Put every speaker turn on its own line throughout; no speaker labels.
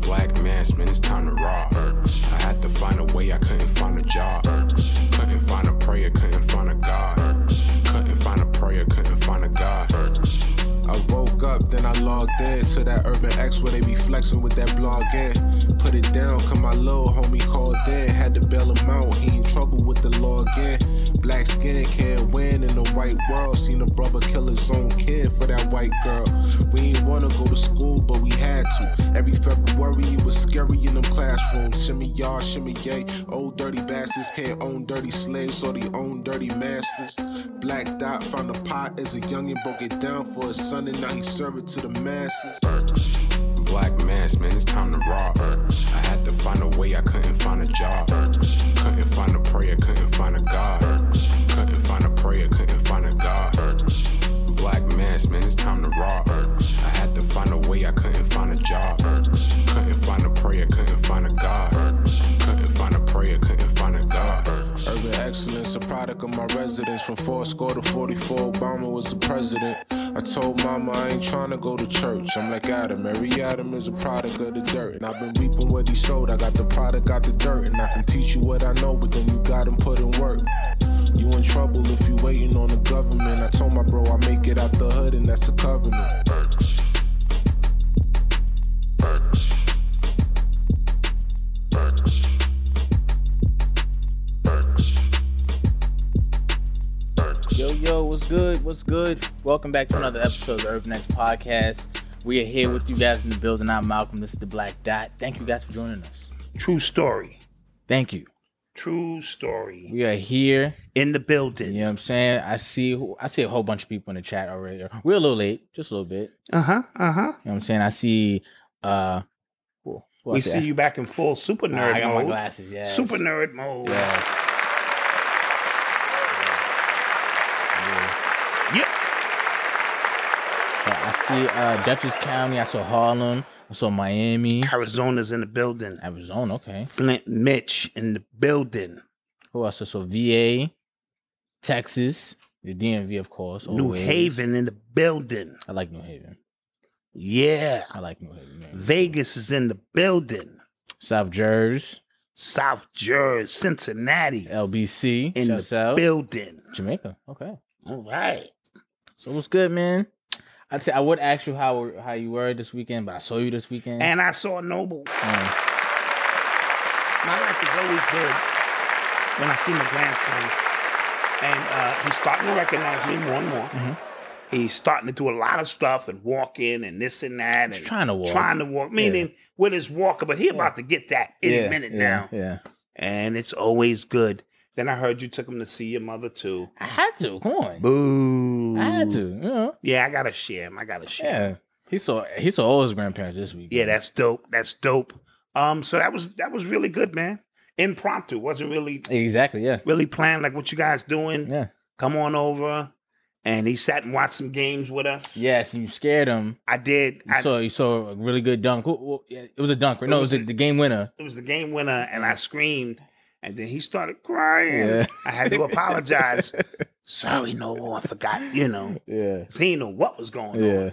Black mass, man, it's time to rock. I had to find a way, I couldn't find a job. Couldn't find a prayer, couldn't find a God. Couldn't find a prayer, couldn't find a God.
I woke up, then I logged in to that Urban X where they be flexing with that blog in. Put it down, cause my little homie called in. Had to bail him out, he in trouble with the law again. Black skin can't win in the white world. Seen a brother kill his own kid for that white girl. We ain't wanna go to school, but we had to. Every February it was scary in them classrooms. Shimmy y'all, shimmy yay. Old dirty bastards can't own dirty slaves or they own dirty masters. Black Dot found a pot as a youngin', broke it down for his son, and now he serve it to the masses.
Black mass, man, it's time to rock. I had to find a way, I couldn't find a job. Couldn't find a prayer, couldn't find a God. Couldn't find a prayer, couldn't find a God. Black mass, man, it's time to rock. I had to find a way, I couldn't find a job. Couldn't find a prayer, couldn't find a God. Couldn't find a prayer, couldn't find a God.
Urban excellence, a product of my residence. From four score to 44, Obama was the president. I told mama I ain't tryna go to church. I'm like Adam, every Adam is a product of the dirt. And I've been reaping what he sowed. I got the product, got the dirt. And I can teach you what I know, but then you gotta put in work. You in trouble if you waiting on the government. I told my bro I make it out the hood, and that's a covenant.
Yo, yo, what's good? What's good? Welcome back to another episode of the Urban X Podcast. We are here with you guys in the building. I'm Malcolm. This is the Black Dot. Thank you guys for joining us.
True story.
Thank you.
True story.
We are here.
In the building.
You know what I'm saying? I see who- I see a whole bunch of people in the chat already. We're a little late, just a little bit.
Uh huh. Uh huh.
You know what I'm saying? I see uh who- who
We
else did
see
I-
you back in full super
Ah,
nerd
I got my
mode.
glasses, yes.
Super nerd mode.
Yes.
Yep.
So I see uh Dutchess County, I saw Harlem, I saw Miami,
Arizona's in the building.
Arizona, okay.
Flint Mitch in the building.
Who else? So VA, Texas, the DMV, of course.
New
always.
Haven in the building.
I like New Haven.
Yeah.
I like New Haven. man.
Vegas is in the building.
South Jersey,
South Jersey, Cincinnati
LBC,
in
shouts
the
out.
building.
Jamaica. Okay.
All right.
So what's good, man? I'd say I would ask you how how you were this weekend, but I saw you this weekend.
And I saw Noble.
Um,
My life is always good when I see my grandson. And uh, he's starting to recognize me more and more.
Mm-hmm.
He's starting to do a lot of stuff and walking and this and that.
He's
and
trying to walk.
Trying to walk, meaning with his walker, but he about to get that any
yeah,
minute
yeah,
now.
Yeah.
And it's always good. Then I heard you took him to see your mother too.
I had to. Come on.
Boo.
I had to. You know?
Yeah, I got to share him. I got to share him.
Yeah. He saw he saw all his grandparents this weekend.
Yeah, that's dope. That's dope. Um, So that was that was really good, man. Impromptu. Wasn't really,
exactly. Yeah.
really planned like what you guys doing.
Yeah.
come on over. And he sat and watched some games with us.
Yes, and you scared him.
I did.
You
I,
saw you saw a really good dunk. Who- who- yeah, It was a dunk. Right? No, it was,
was
the the game winner.
it was the game winner, and I screamed. And then he started crying.
Yeah.
I had to apologize. Sorry, Noble, I forgot, you know.
Yeah.
'cause He didn't know what was going
Yeah.
on.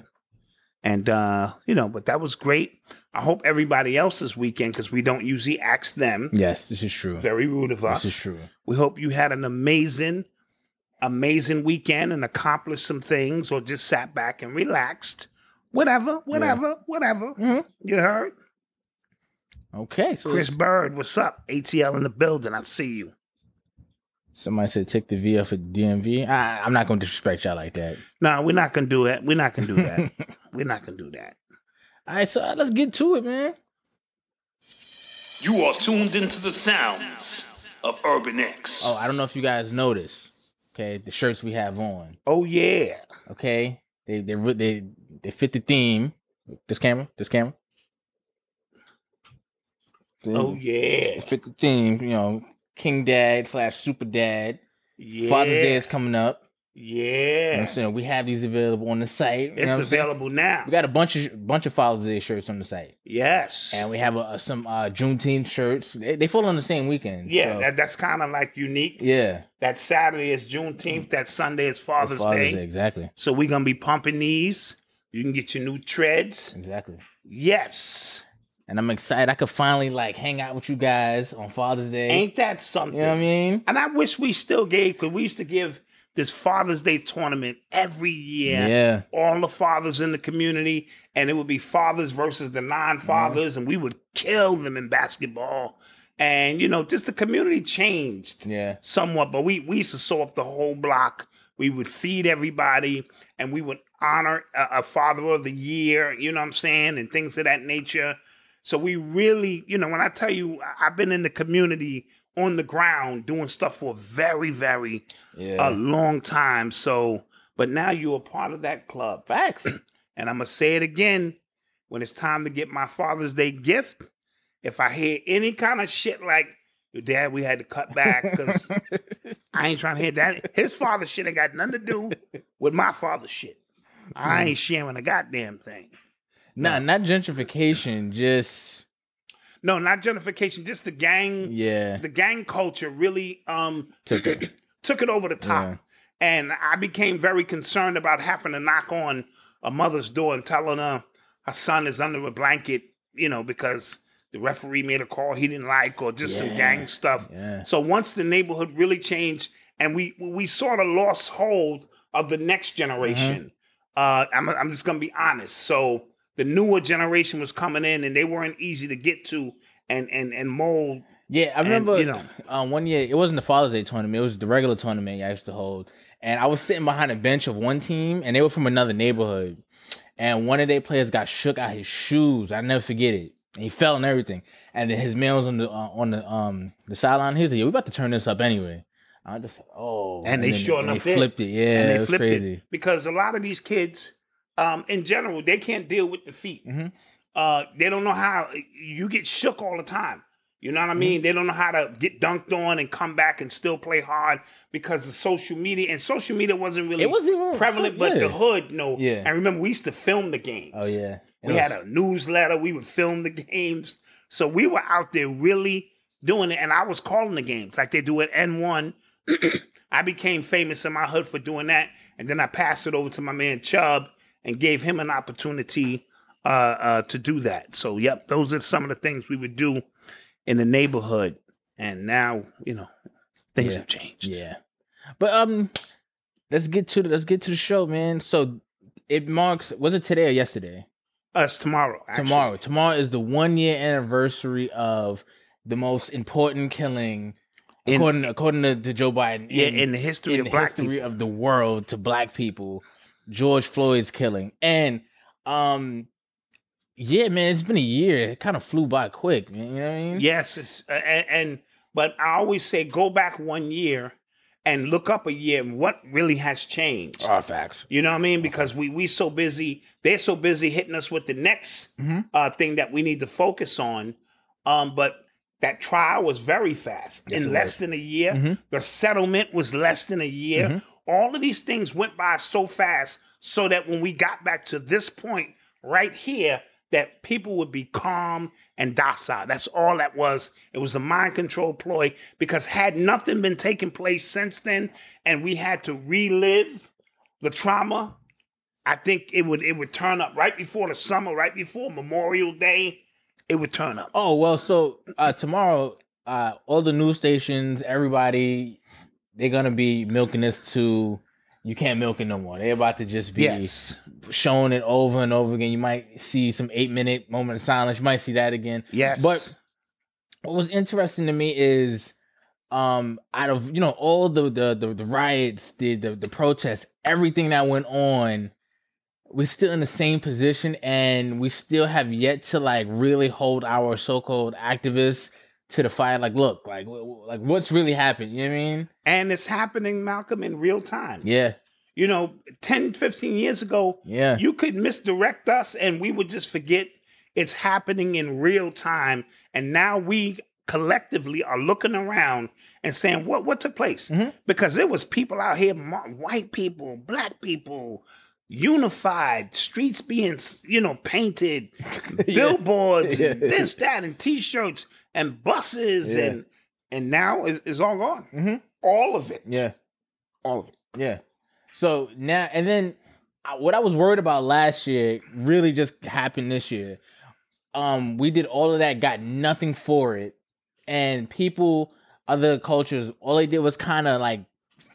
And, uh, you know, but that was great. I hope everybody else this weekend, because we don't usually ask them.
Yes, this is true.
Very rude of us.
This is true.
We hope you had an amazing, amazing weekend and accomplished some things or just sat back and relaxed. Whatever, whatever, whatever.
Mhm.
You heard?
Okay. So
Chris
it's-
Bird, what's up? ATL in the building. I see you.
somebody said take the V off of DMV. I, I'm not going to disrespect y'all like that.
No, we're not going to do that. We're not going to do that. we're not going to do that.
All right. So uh, let's get to it, man.
You are tuned into the sounds of Urban X.
Oh, I don't know if you guys noticed. Okay, the shirts we have on.
Oh, yeah.
Okay, they they re- they they fit the theme. This camera, this camera.
Then
Oh yeah,
Fit the theme, you know, King Dad slash Super Dad.
yeah,
Father's Day is coming up. You know what
yeah.
I'm saying we have these available on the site. You know what
It's
I'm saying?
available now.
We got a bunch of bunch of Father's Day shirts on the site,
yes.
and we have uh some uh, Juneteenth shirts. They, they fall on the same weekend.
yeah,
so-
that, that's kind of like unique.
yeah. Mm.
That Saturday is Juneteenth. That Sunday is Father's, Day.
exactly,
So we're gonna be pumping these. You can get your new treads.
exactly.
Yes.
And I'm excited. I could finally like hang out with you guys on Father's Day.
Ain't that something?
you know what I mean?
And I wish we still gave because we used to give this Father's Day tournament every year.
Yeah.
All the fathers in the community, and it would be fathers versus the non-fathers, and we would kill them in basketball. And you know, just the community changed
Yeah.
somewhat, but we we used to sew up the whole block. We would feed everybody, and we would honor a, a Father of the Year. You know what I'm saying, and things of that nature. So we really, you know, when I tell you, I- I've been in the community on the ground doing stuff for a very, very
Yeah.
a long time. So, but now you're a part of that club,
Facts.
and I'm gonna say it again. When it's time to get my Father's Day gift, if I hear any kind of shit like "Your dad, we had to cut back because I ain't trying to hear that," his father shit ain't got nothing to do with my father shit. I ain't sharing a goddamn thing.
nah, not gentrification. Just
No, not gentrification. Just the gang.
yeah.
The gang culture really um
Took it.
took it over the top.
Yeah.
And I became very concerned about having to knock on a mother's door and telling her her son is under a blanket, you know, because the referee made a call he didn't like or just some
Yeah.
gang stuff.
Yeah.
So once the neighborhood really changed and we we sort of lost hold of the next generation. Uh,
Mm-hmm.
I'm, I'm just going to be honest. So the newer generation was coming in and they weren't easy to get to and and and mold.
Yeah, I remember
you know.
um, one year it wasn't the Father's Day tournament; it was the regular tournament I used to hold, and I was sitting behind a bench of one team, and they were from another neighborhood, and one of their players got shook out his shoes. I never forget it. And he fell and everything, and then his man was on the uh, on the um the sideline. He was like, "Yeah, we about to turn this up anyway." I just oh,
And they
then-
sure
and
enough
they
did.
flipped it. Yeah,
and
it
they
was
flipped
crazy.
it because a lot of these kids, um, in general, they can't deal with defeat.
Mm-hmm.
Uh, they don't know how you get shook all the time. You know what I
Mm-hmm.
mean? They don't know how to get dunked on and come back and still play hard because of social media. And social media wasn't really
It wasn't even-
prevalent, but
yeah.
the hood, no.
Yeah.
And remember, we used to film the games.
Oh yeah,
We
It
had
was-
a newsletter. We would film the games. So we were out there really doing it. And I was calling the games like they do at N1. I became famous in my hood for doing that. And then I passed it over to my man Chubb and gave him an opportunity uh, uh, to do that. So, yep, those are some of the things we would do in the neighborhood. And now, you know, things
Yeah.
have changed.
Yeah. But um let's get to the let's get to the show, man. So it marks was it today or yesterday?
Us tomorrow. actually.
Tomorrow. Tomorrow is the one year anniversary of the most important killing
In-
according according to, to Joe Biden.
Yeah, in the history
in
of
the
black
history of the world to black people, George Floyd's killing. And um yeah, man, it's been a year. It kind of flew by quick, man. You know what I mean?
Yes, it's, uh, and, and but I always say go back one year and look up a year and what really has changed.
facts.
You know what I mean? Because we we so busy, they're so busy hitting us with the next uh, thing that we need to focus on. Um, but that trial was very fast in less than a year. The settlement was less than a year. All of these things went by so fast, so that when we got back to this point right here, that people would be calm and docile. That's all that was. It was a mind control ploy because had nothing been taking place since then, and we had to relive the trauma, I think it would it would turn up right before the summer, right before Memorial Day, it would turn up.
Oh well, so uh, tomorrow, uh, all the news stations, everybody, they're gonna be milking this to you can't milk it no more. They're about to just be
Yes.
showing it over and over again. You might see some eight minute moment of silence. You might see that again.
Yes.
But what was interesting to me is um out of you know all the the the, the riots the, the the protests everything that went on we're still in the same position and we still have yet to like really hold our so-called activists to the fire like look like w- w- like what's really happened you know what i mean
and it's happening, Malcolm, in real time.
yeah
You know, 10, 15 years ago,
Yeah.
you could misdirect us and we would just forget It's happening in real time. And now we collectively are looking around and saying, what, what took place?
Mm-hmm.
Because there was people out here, mo- white people, black people, unified, streets being, you know, painted, billboards, and
Yeah.
this, that, and t-shirts and buses
Yeah. Mm-hmm.
and and now it's, it's all gone. All of it.
Yeah.
All of it.
Yeah. So now and then I- what I was worried about last year really just happened this year. Um we did all of that got nothing for it and people other cultures all they did was kind of like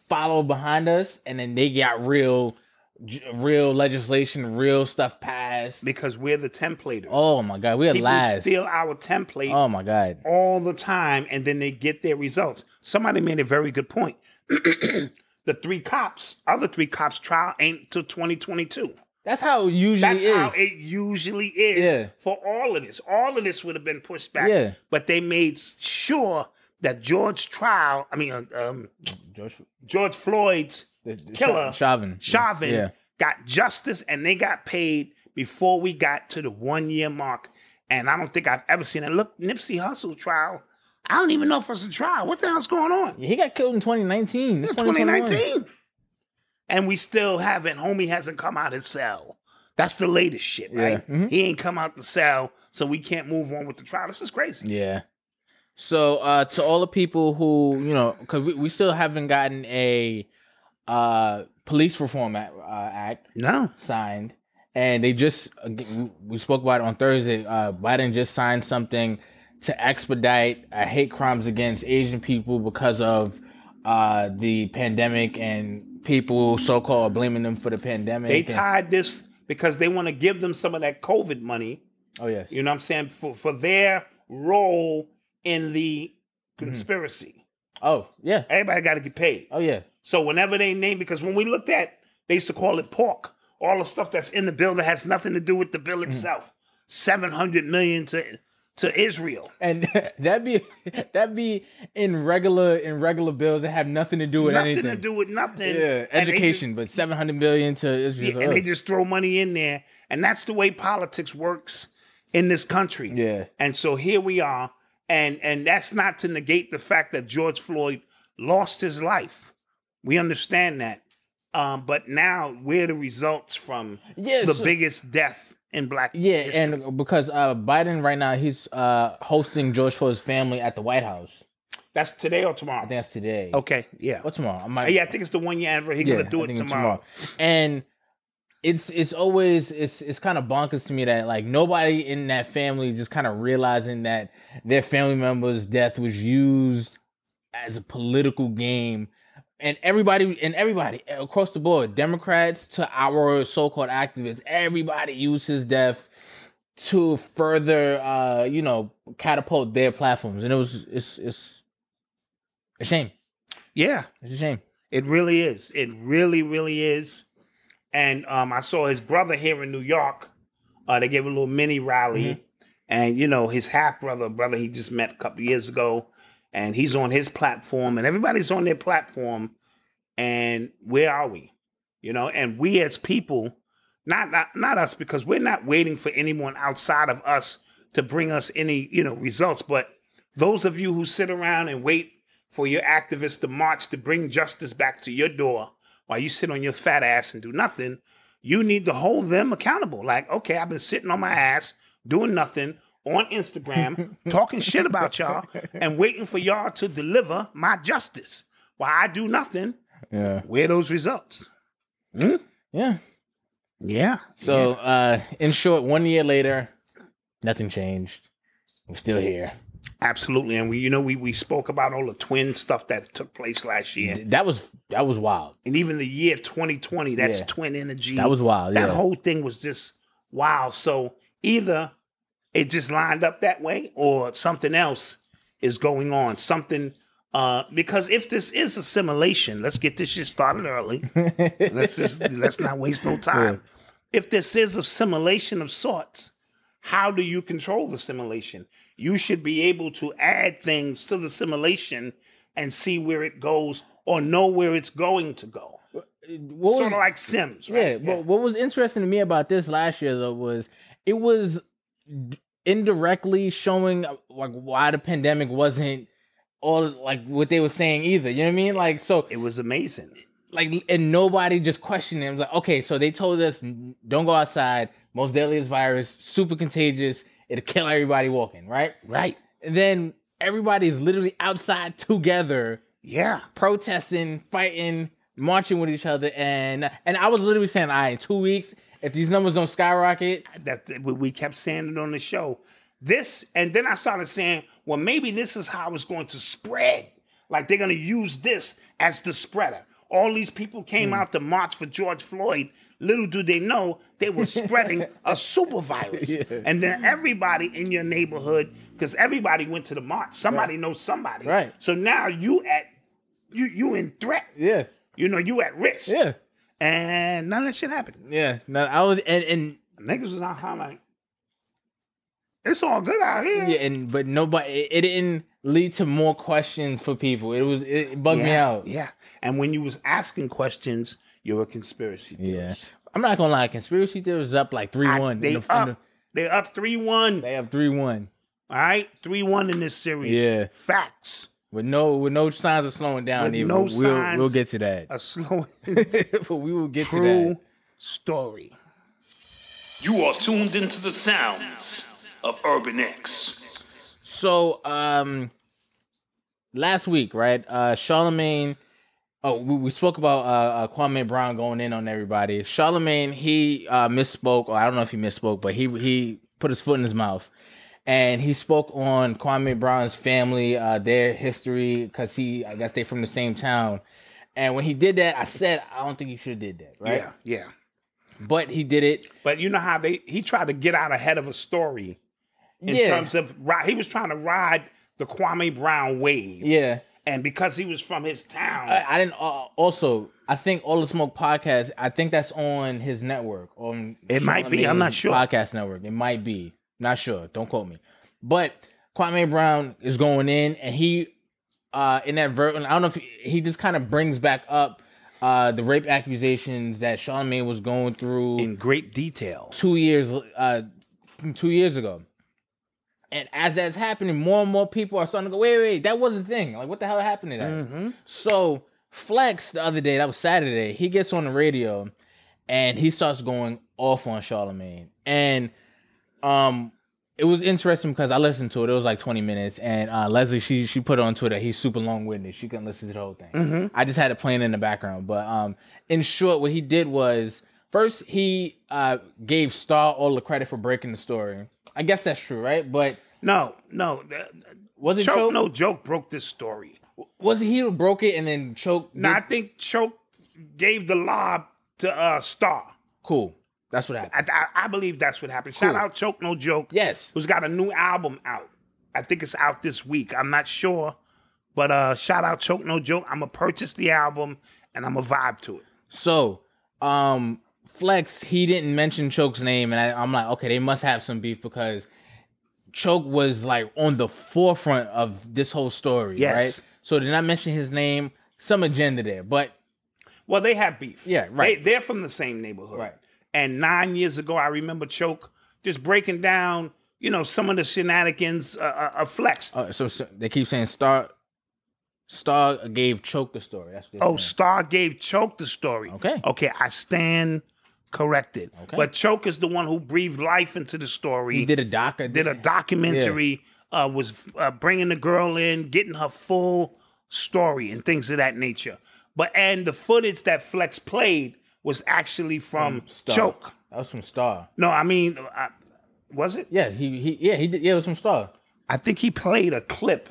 follow behind us and then they got real j- real legislation, real stuff passed.
Because we're the templators.
Oh my god, we are
People
last.
steal our template
Oh my god.
all the time and then they get their results. Somebody made a very good point. the three cops, other three cops trial ain't till 2022.
That's how it usually
That's
is.
how it usually is
Yeah.
for all of this. All of this would have been pushed back.
Yeah.
But they made sure that George trial, I mean, uh, um,
George,
George Floyd's
the- the-
killer,
Chauvin.
Chauvin
Yeah.
got justice and they got paid before we got to the one year mark. And I don't think I've ever seen it. Look, Nipsey Hussle trial. I don't even know if it's a trial. What the hell's going on?
Yeah, he got killed in 2019. It's
It's
2021.
2019. And we still haven't, homie hasn't come out his cell. That's the latest shit, right?
Yeah. Mhm.
He ain't come out the cell, so we can't move on with the trial. This is crazy.
Yeah. So uh to all the people who, you know, cuz we, we still haven't gotten a uh police reform act, uh, act
No.
signed and they just again, we spoke about it on Thursday. Uh Biden just signed something to expedite uh, hate crimes against Asian people because of uh the pandemic and people so-called blaming them for the pandemic.
They
and-
tied this because they want to give them some of that COVID money.
Oh yes.
You know what I'm saying? For for their role in the
Mm-hmm.
conspiracy.
Oh, yeah.
Everybody got to get paid.
Oh yeah.
So whenever they name, because when we looked at, they used to call it pork. All the stuff that's in the bill that has nothing to do with the bill
Mm-hmm.
itself. Seven hundred million to to Israel.
and that be that be in regular in regular bills that have nothing to do with
nothing
anything.
to do with nothing.
yeah,
And they
education, but seven hundred million to
just-
Israel.
yeah, and they just throw money in there, and that's the way politics works in this country.
yeah,
And so here we are. And and that's not to negate the fact that George Floyd lost his life. We understand that. Um, but now we're the results from
Yeah,
the
so-
biggest death in black
yeah,
history.
and because uh, Biden right now he's uh, hosting George Floyd's family at the White House.
that's today or
I
tomorrow.
think that's today.
Okay, yeah. Uh,
what's tomorrow? I might,
yeah, I think it's the one year anniversary. He's
yeah,
gonna do
I
it
think
tomorrow.
it's And it's it's always it's it's kind of bonkers to me that like nobody in that family just kind of realizing that their family member's death was used as a political game and everybody and everybody across the board democrats to our so-called activists everybody used his death to further uh you know catapult their platforms and it was it's it's a shame
Yeah,
it's a shame
it really is. It really, really is. And um, I saw his brother here in New York. Uh, they gave a little mini rally, and you know his half brother, brother he just met a couple years ago, and he's on his platform, and everybody's on their platform. And where are we? You know, and we as people, not not not us, because we're not waiting for anyone outside of us to bring us any you know results. But those of you who sit around and wait for your activists to march to bring justice back to your door, while you sit on your fat ass and do nothing, you need to hold them accountable. Like, okay, I've been sitting on my ass doing nothing on Instagram, talking shit about y'all, and waiting for y'all to deliver my justice. While I do nothing,
yeah
where are those results?
yeah
Yeah.
So, uh, in short, one year later, nothing changed. We're still here.
Absolutely. And we you know we we spoke about all the twin stuff that took place last year.
Th- That was that was wild.
And even the year 2020, that's
Yeah.
twin energy.
That was wild.
that
Oh, yeah.
whole thing was just wow. So either it just lined up that way, or something else is going on. Something uh, because if this is assimilation, let's get this shit started early. let's just let's not waste no time. If this is assimilation of sorts, how do you control the simulation? You should be able to add things to the simulation and see where it goes or know where it's going to go.
what
sort
was-
of like Sims,
yeah,
right?
But what was interesting to me about this last year though was it was indirectly showing uh, like why the pandemic wasn't all like what they were saying either. You know what I mean? Like so
It was amazing.
like and nobody just questioned it. It was like, okay, so they told us n- don't go outside. Most deadliest virus, super contagious. It'll kill everybody walking, right?
Right.
And then everybody's literally outside together,
Yeah.
protesting, fighting, marching with each other, and and I was literally saying, all right, in two weeks, if these numbers don't skyrocket,
That that we- we kept saying it on the show. This, and then I started saying, well, maybe this is how it's going to spread. Like they're going to use this as the spreader. All these people
Hmm.
came out to march for George Floyd. Little do they know they were spreading a super virus. And then everybody in your neighborhood, because everybody went to the march. Somebody knows somebody.
Right.
So now you at you you in threat.
yeah,
You know, you at risk.
yeah,
And none of that shit happened.
yeah. No, I was and and
Niggas was out here like, it's all good out here.
yeah, and but nobody, it, it didn't lead to more questions for people. It was it bugged me out.
Yeah. And when you was asking questions, you're a conspiracy theorist.
I'm not gonna lie, conspiracy theories up like three
I-
one.
they, up, they up 3 1.
they have three one
All right. 3 1 in this series.
Yeah.
Facts.
with no with no signs of slowing down.
With
even
no
we'll
signs.
we'll get to that.
A slow,
but we will get to
true
that.
story.
You are tuned into the sounds of Urban X.
So um, last week, right? Uh, Charlemagne. Oh, we, we spoke about uh, uh, Kwame Brown going in on everybody. Charlemagne he uh, misspoke, or I don't know if he misspoke, but he he put his foot in his mouth. and he spoke on Kwame Brown's family, uh, their history, because he, I guess, they from the same town. And when he did that, I said, I don't think he should have did that, right?
Yeah. Yeah.
But he did it.
But you know how they, he tried to get out ahead of a story in
yeah,
terms of, ri- he was trying to ride the Kwame Brown wave.
yeah.
And because he was from his town.
I, I didn't. Uh, also, I think All the Smoke podcast. I think that's on his network. On
It might be, I'm not
Charlamagne's
sure.
Podcast network. It might be. Not sure. Don't quote me. But Kwame Brown is going in, and he uh inadvertently. I don't know if he, he just kind of brings back up uh the rape accusations that Charlamagne was going through
in great detail.
two years uh two years ago. And as that's happening, more and more people are starting to go, wait, wait, wait, that was a thing. Like, what the hell happened to that? So Flex the other day, that was Saturday, he gets on the radio and he starts going off on Charlemagne. And um it was interesting because I listened to it. It was like 20 minutes. And uh, Leslie, she she put on Twitter, he's super long winded. She couldn't listen to the whole thing.
Mm-hmm.
I just had it playing in the background. But um, in short, what he did was first he uh, gave Star all the credit for breaking the story. I guess that's true, right? But
No, no. The,
was it
Choke,
Choke?
no joke broke this story.
Was it he who broke it and then Choke?
No, I think Choke gave the lob to uh, Star.
Cool. That's what happened.
I, I, I believe that's what happened. Shout
Cool.
out Choke, no joke.
Yes.
who's got a new album out? I think it's out this week. I'm not sure, but uh, shout out Choke, no joke. I'm gonna purchase the album and I'm gonna vibe to it.
So, um, Flex, he didn't mention Choke's name, and I, I'm like, okay, they must have some beef because Choke was like on the forefront of this whole story,
Yes.
right? So, did not mention his name, some agenda there, but
Well, they have beef.
Yeah, right.
They, they're from the same neighborhood.
Right.
And nine years ago, I remember Choke just breaking down, you know, some of the shenanigans uh, uh, of Flex.
uh, so, so they keep saying Star Star gave Choke the story. That's what they're
Oh,
saying.
Star gave Choke the story.
Okay.
Okay, I stand corrected.
Okay.
But Choke is the one who breathed life into the story.
he did a DACA,
did a documentary, uh, was uh, bringing the girl in, getting her full story and things of that nature. But and the footage that Flex played was actually from
Star.
Choke.
That was from Star.
No, I mean, I, was it?
Yeah, he, he yeah he did yeah it was from Star.
I think he played a clip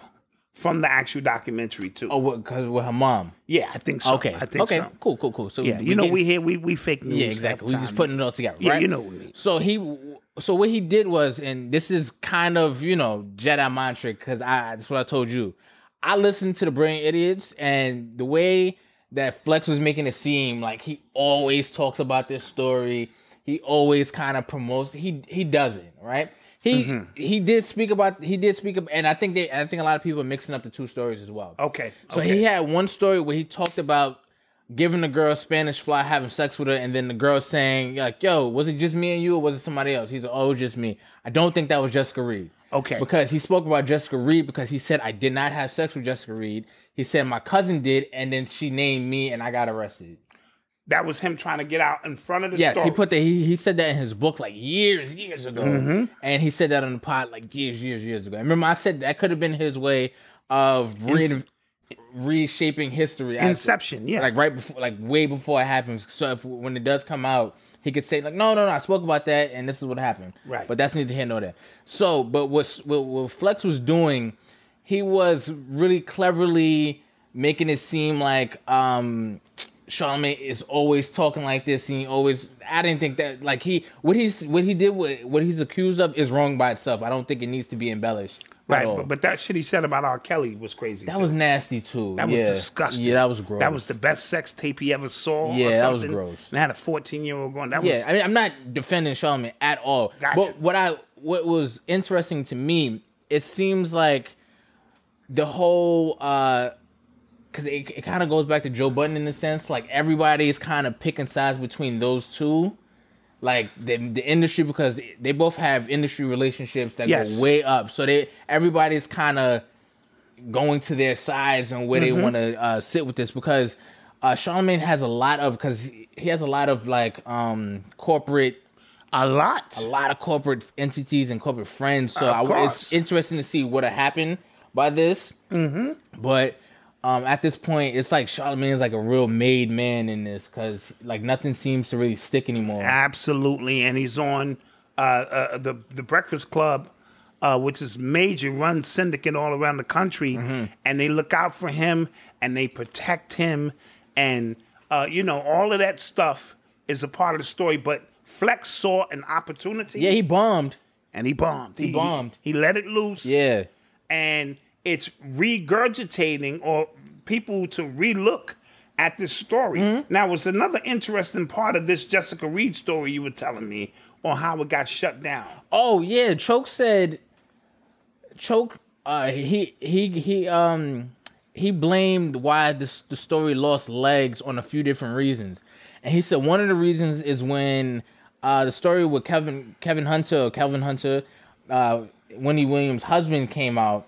from the actual documentary too.
Oh, because with her mom.
yeah, I think so.
okay,
I think
okay,
so.
cool, cool, cool. So
Yeah, you know
getting-
we here we we fake news.
Yeah, exactly.
every
We
time.
just putting it all together,
Yeah,
right?
you know what I mean.
So he, so what he did was, and this is kind of you know Jedi mind trick because I that's what I told you. I listened to the Brilliant Idiots, and the way that Flex was making it seem like he always talks about this story, he always kind of promotes. He he doesn't, right? He
Mm-hmm.
he did speak about he did speak about, and I think they I think a lot of people are mixing up the two stories as well.
Okay.
So
okay.
he had one story where he talked about giving the girl Spanish fly, having sex with her, and then the girl saying like, "Yo, was it just me and you, or was it somebody else?" He's like, "Oh, it was just me." I don't think that was Jessica Reed.
Okay.
Because he spoke about Jessica Reed because he said I did not have sex with Jessica Reed. He said my cousin did, and then she named me, and I got arrested.
That was him trying to get out in front of the
Yes,
story.
he put that. He, he said that in his book like years, years ago,
Mm-hmm.
and he said that on the pod like years, years, years ago. And remember, I said that could have been his way of rein- reshaping history. after-
Inception, yeah.
like right before, like way before it happens. So if when it does come out, he could say like, "No, no, no, I spoke about that, and this is what happened."
Right.
But that's neither here nor there. So, but what's, what what Flex was doing, he was really cleverly making it seem like um Charlemagne is always talking like this, and he always. I didn't think that like he what he's what he did what what he's accused of is wrong by itself. I don't think it needs to be embellished. at
right,
all.
but, but that shit he said about R. Kelly was crazy.
that
too.
was nasty too.
That
yeah.
was disgusting.
Yeah, that was gross.
That was the best sex tape he ever saw. or
Yeah, that was
something.
gross.
And had a 14 year old going. That
Yeah,
was
I mean, I'm not defending Charlemagne at all.
Gotcha.
But what I what was interesting to me, it seems like the whole uh, because it, it kind of goes back to Joe Button in a sense. Like everybody is kind of picking sides between those two, like the the industry because they, they both have industry relationships that
Yes.
go way up. So they everybody's kind of going to their sides and where they want to uh, sit with this because uh, Charlemagne has a lot of because he he has a lot of like um, corporate
a lot.
a lot of corporate entities and corporate friends. So
Of
I, w- it's
course.
interesting to see what happened by this. Mm-hmm. But um, at this point, it's like Charlemagne is like a real made man in this because like nothing seems to really stick anymore.
Ah. Absolutely. And he's on uh, uh, the, the Breakfast Club, uh, which is major run syndicate all around the country.
Mm-hmm.
And they look out for him and they protect him. And, uh, you know, all of that stuff is a part of the story. But Flex saw an opportunity
yeah, he bombed.
and he bombed. He,
bombed.
He, let it loose.
Yeah,
and it's regurgitating or people to relook at this story. Now, it's another interesting part of this Jessica Reed story you were telling me on how it got shut down.
Oh yeah, Choke said Choke uh he he he um he blamed why this the story lost legs on a few different reasons. And he said one of the reasons is when uh the story with Kevin Kevin Hunter or Calvin Hunter uh Wendy Williams' husband came out.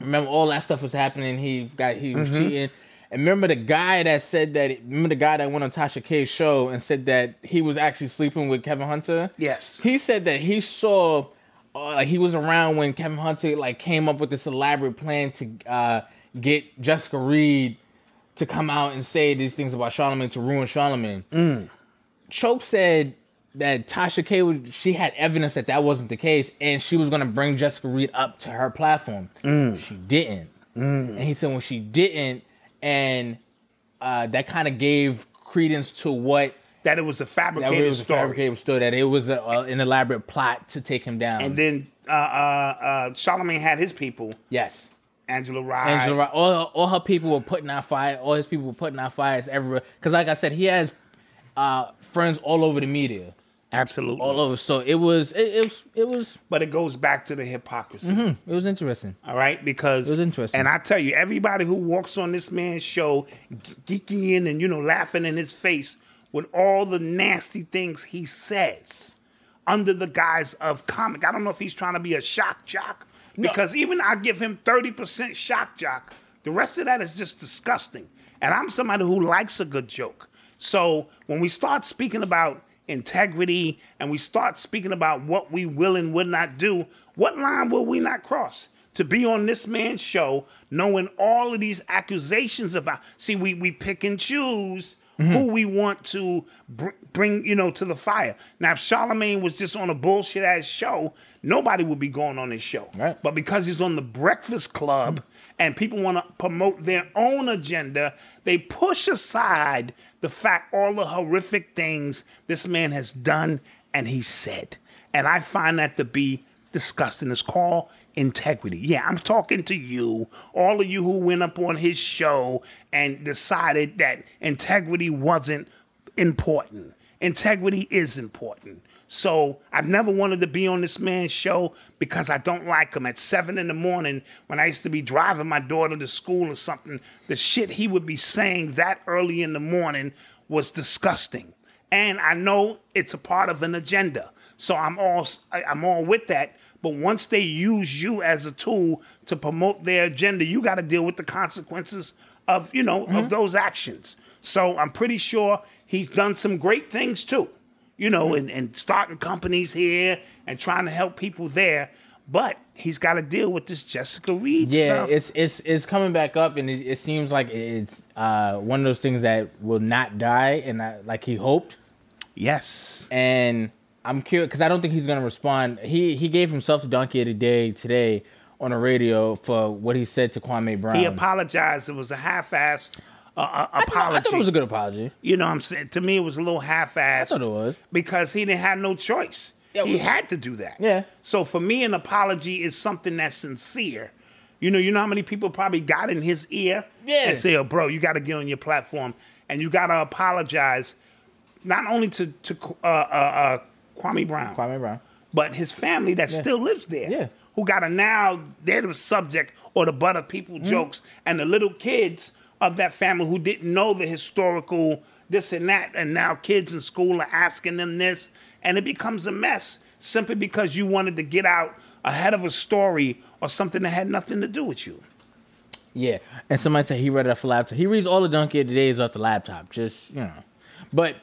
Remember all that stuff was happening, he got he was cheating. And remember the guy that said that remember the guy that went on Tasha K's show and said that he was actually sleeping with Kevin Hunter?
Yes.
he said that he saw uh, like he was around when Kevin Hunter like came up with this elaborate plan to uh, get Jessica Reed to come out and say these things about Charlemagne to ruin Charlemagne. Choke said that Tasha K would, she had evidence that that wasn't the case, and she was gonna bring Jessica Reed up to her platform. She didn't, and he said when she didn't, and uh, that kind of gave credence to what
That it was a
that
fabricated
it was a
story.
fabricated story. That it was a, uh, an elaborate plot to take him down.
And then uh, uh, uh, Charlemagne had his people,
yes,
Angela Rye.
Angela, Ro- all all her people were putting out fire. All his people were putting out fires everywhere. Because like I said, he has uh, friends all over the media,
Absolutely.
all over. So it was it, it was it was
but it goes back to the hypocrisy.
it was interesting.
All right, because it
was interesting.
And I tell you, everybody who walks on this man's show, ge- geeking and you know laughing in his face with all the nasty things he says, under the guise of comic. I don't know if he's trying to be a shock jock because even I give him thirty percent shock jock. The rest of that is just disgusting. And I'm somebody who likes a good joke. So when we start speaking about integrity and we start speaking about what we will and will not do, what line will we not cross? To be on this man's show, knowing all of these accusations about, see, we, we pick and choose who we want to br- bring, you know, to the fire. Now, if Charlemagne was just on a bullshit ass show, nobody would be going on his show.
Right.
But because he's on the Breakfast Club and people want to promote their own agenda, they push aside the fact all the horrific things this man has done and he said. And I find that to be disgusting. It's called integrity. Yeah, I'm talking to you, all of you who went up on his show and decided that integrity wasn't important. Integrity is important. So I've never wanted to be on this man's show because I don't like him. At seven in the morning, when I used to be driving my daughter to school or something, the shit he would be saying that early in the morning was disgusting. And I know it's a part of an agenda, so I'm all I- I'm all with that. But once they use you as a tool to promote their agenda, you got to deal with the consequences of you know
Mm-hmm.
of those actions. So I'm pretty sure he's done some great things too you know,
Mm-hmm.
and, and starting companies here and trying to help people there. But he's got to deal with this Jessica Reed
Yeah,
stuff.
it's it's it's coming back up, and it, it seems like it's uh, one of those things that will not die, and I, like he hoped.
yes.
And I'm curious because I don't think he's gonna respond. He he gave himself to Donkey of the Day today on the radio for what he said to Kwame Brown.
He apologized. It was a half-assed uh, uh,
Um, I thought,
apology.
I thought it was a good apology.
you know what I'm saying? To me, it was a little half-assed. I
thought it was.
Because he didn't have no choice.
Yeah,
he
we-
had to do that.
Yeah.
So for me, an apology is something that's sincere. You know, you know how many people probably got in his ear
Yeah.
and say, "Oh, bro, you got to get on your platform and you got to apologize, not only to to uh, uh, uh, Kwame Brown,
Kwame Brown.
but his family that still lives there,
Yeah.
who got to now they're the subject or the butt of people
Mm-hmm.
jokes, and the little kids of that family who didn't know the historical this and that, and now kids in school are asking them this, and it becomes a mess simply because you wanted to get out ahead of a story or something that had nothing to do with you.
Yeah, and somebody said he read it off the laptop. He reads all the Donkey of the Days off the laptop. Just you know, but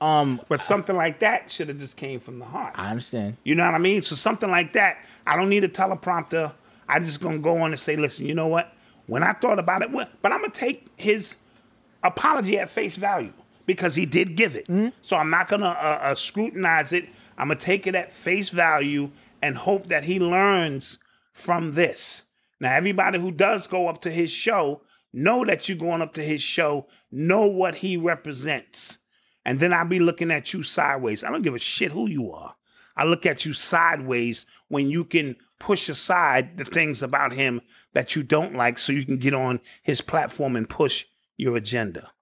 um,
But something like that should have just came from the heart.
I understand.
You know what I mean? So something like that. I don't need a teleprompter. I just gonna go on and say, listen, you know what? When I thought about it, well, but I'm gonna take his apology at face value because he did give it. So I'm not gonna uh, uh, scrutinize it. I'm gonna take it at face value and hope that he learns from this. Now, everybody who does go up to his show know that you're going up to his show. Know what he represents and then I'll be looking at you sideways. I don't give a shit who you are. I look at you sideways when you can push aside the things about him that you don't like so you can get on his platform and push your agenda.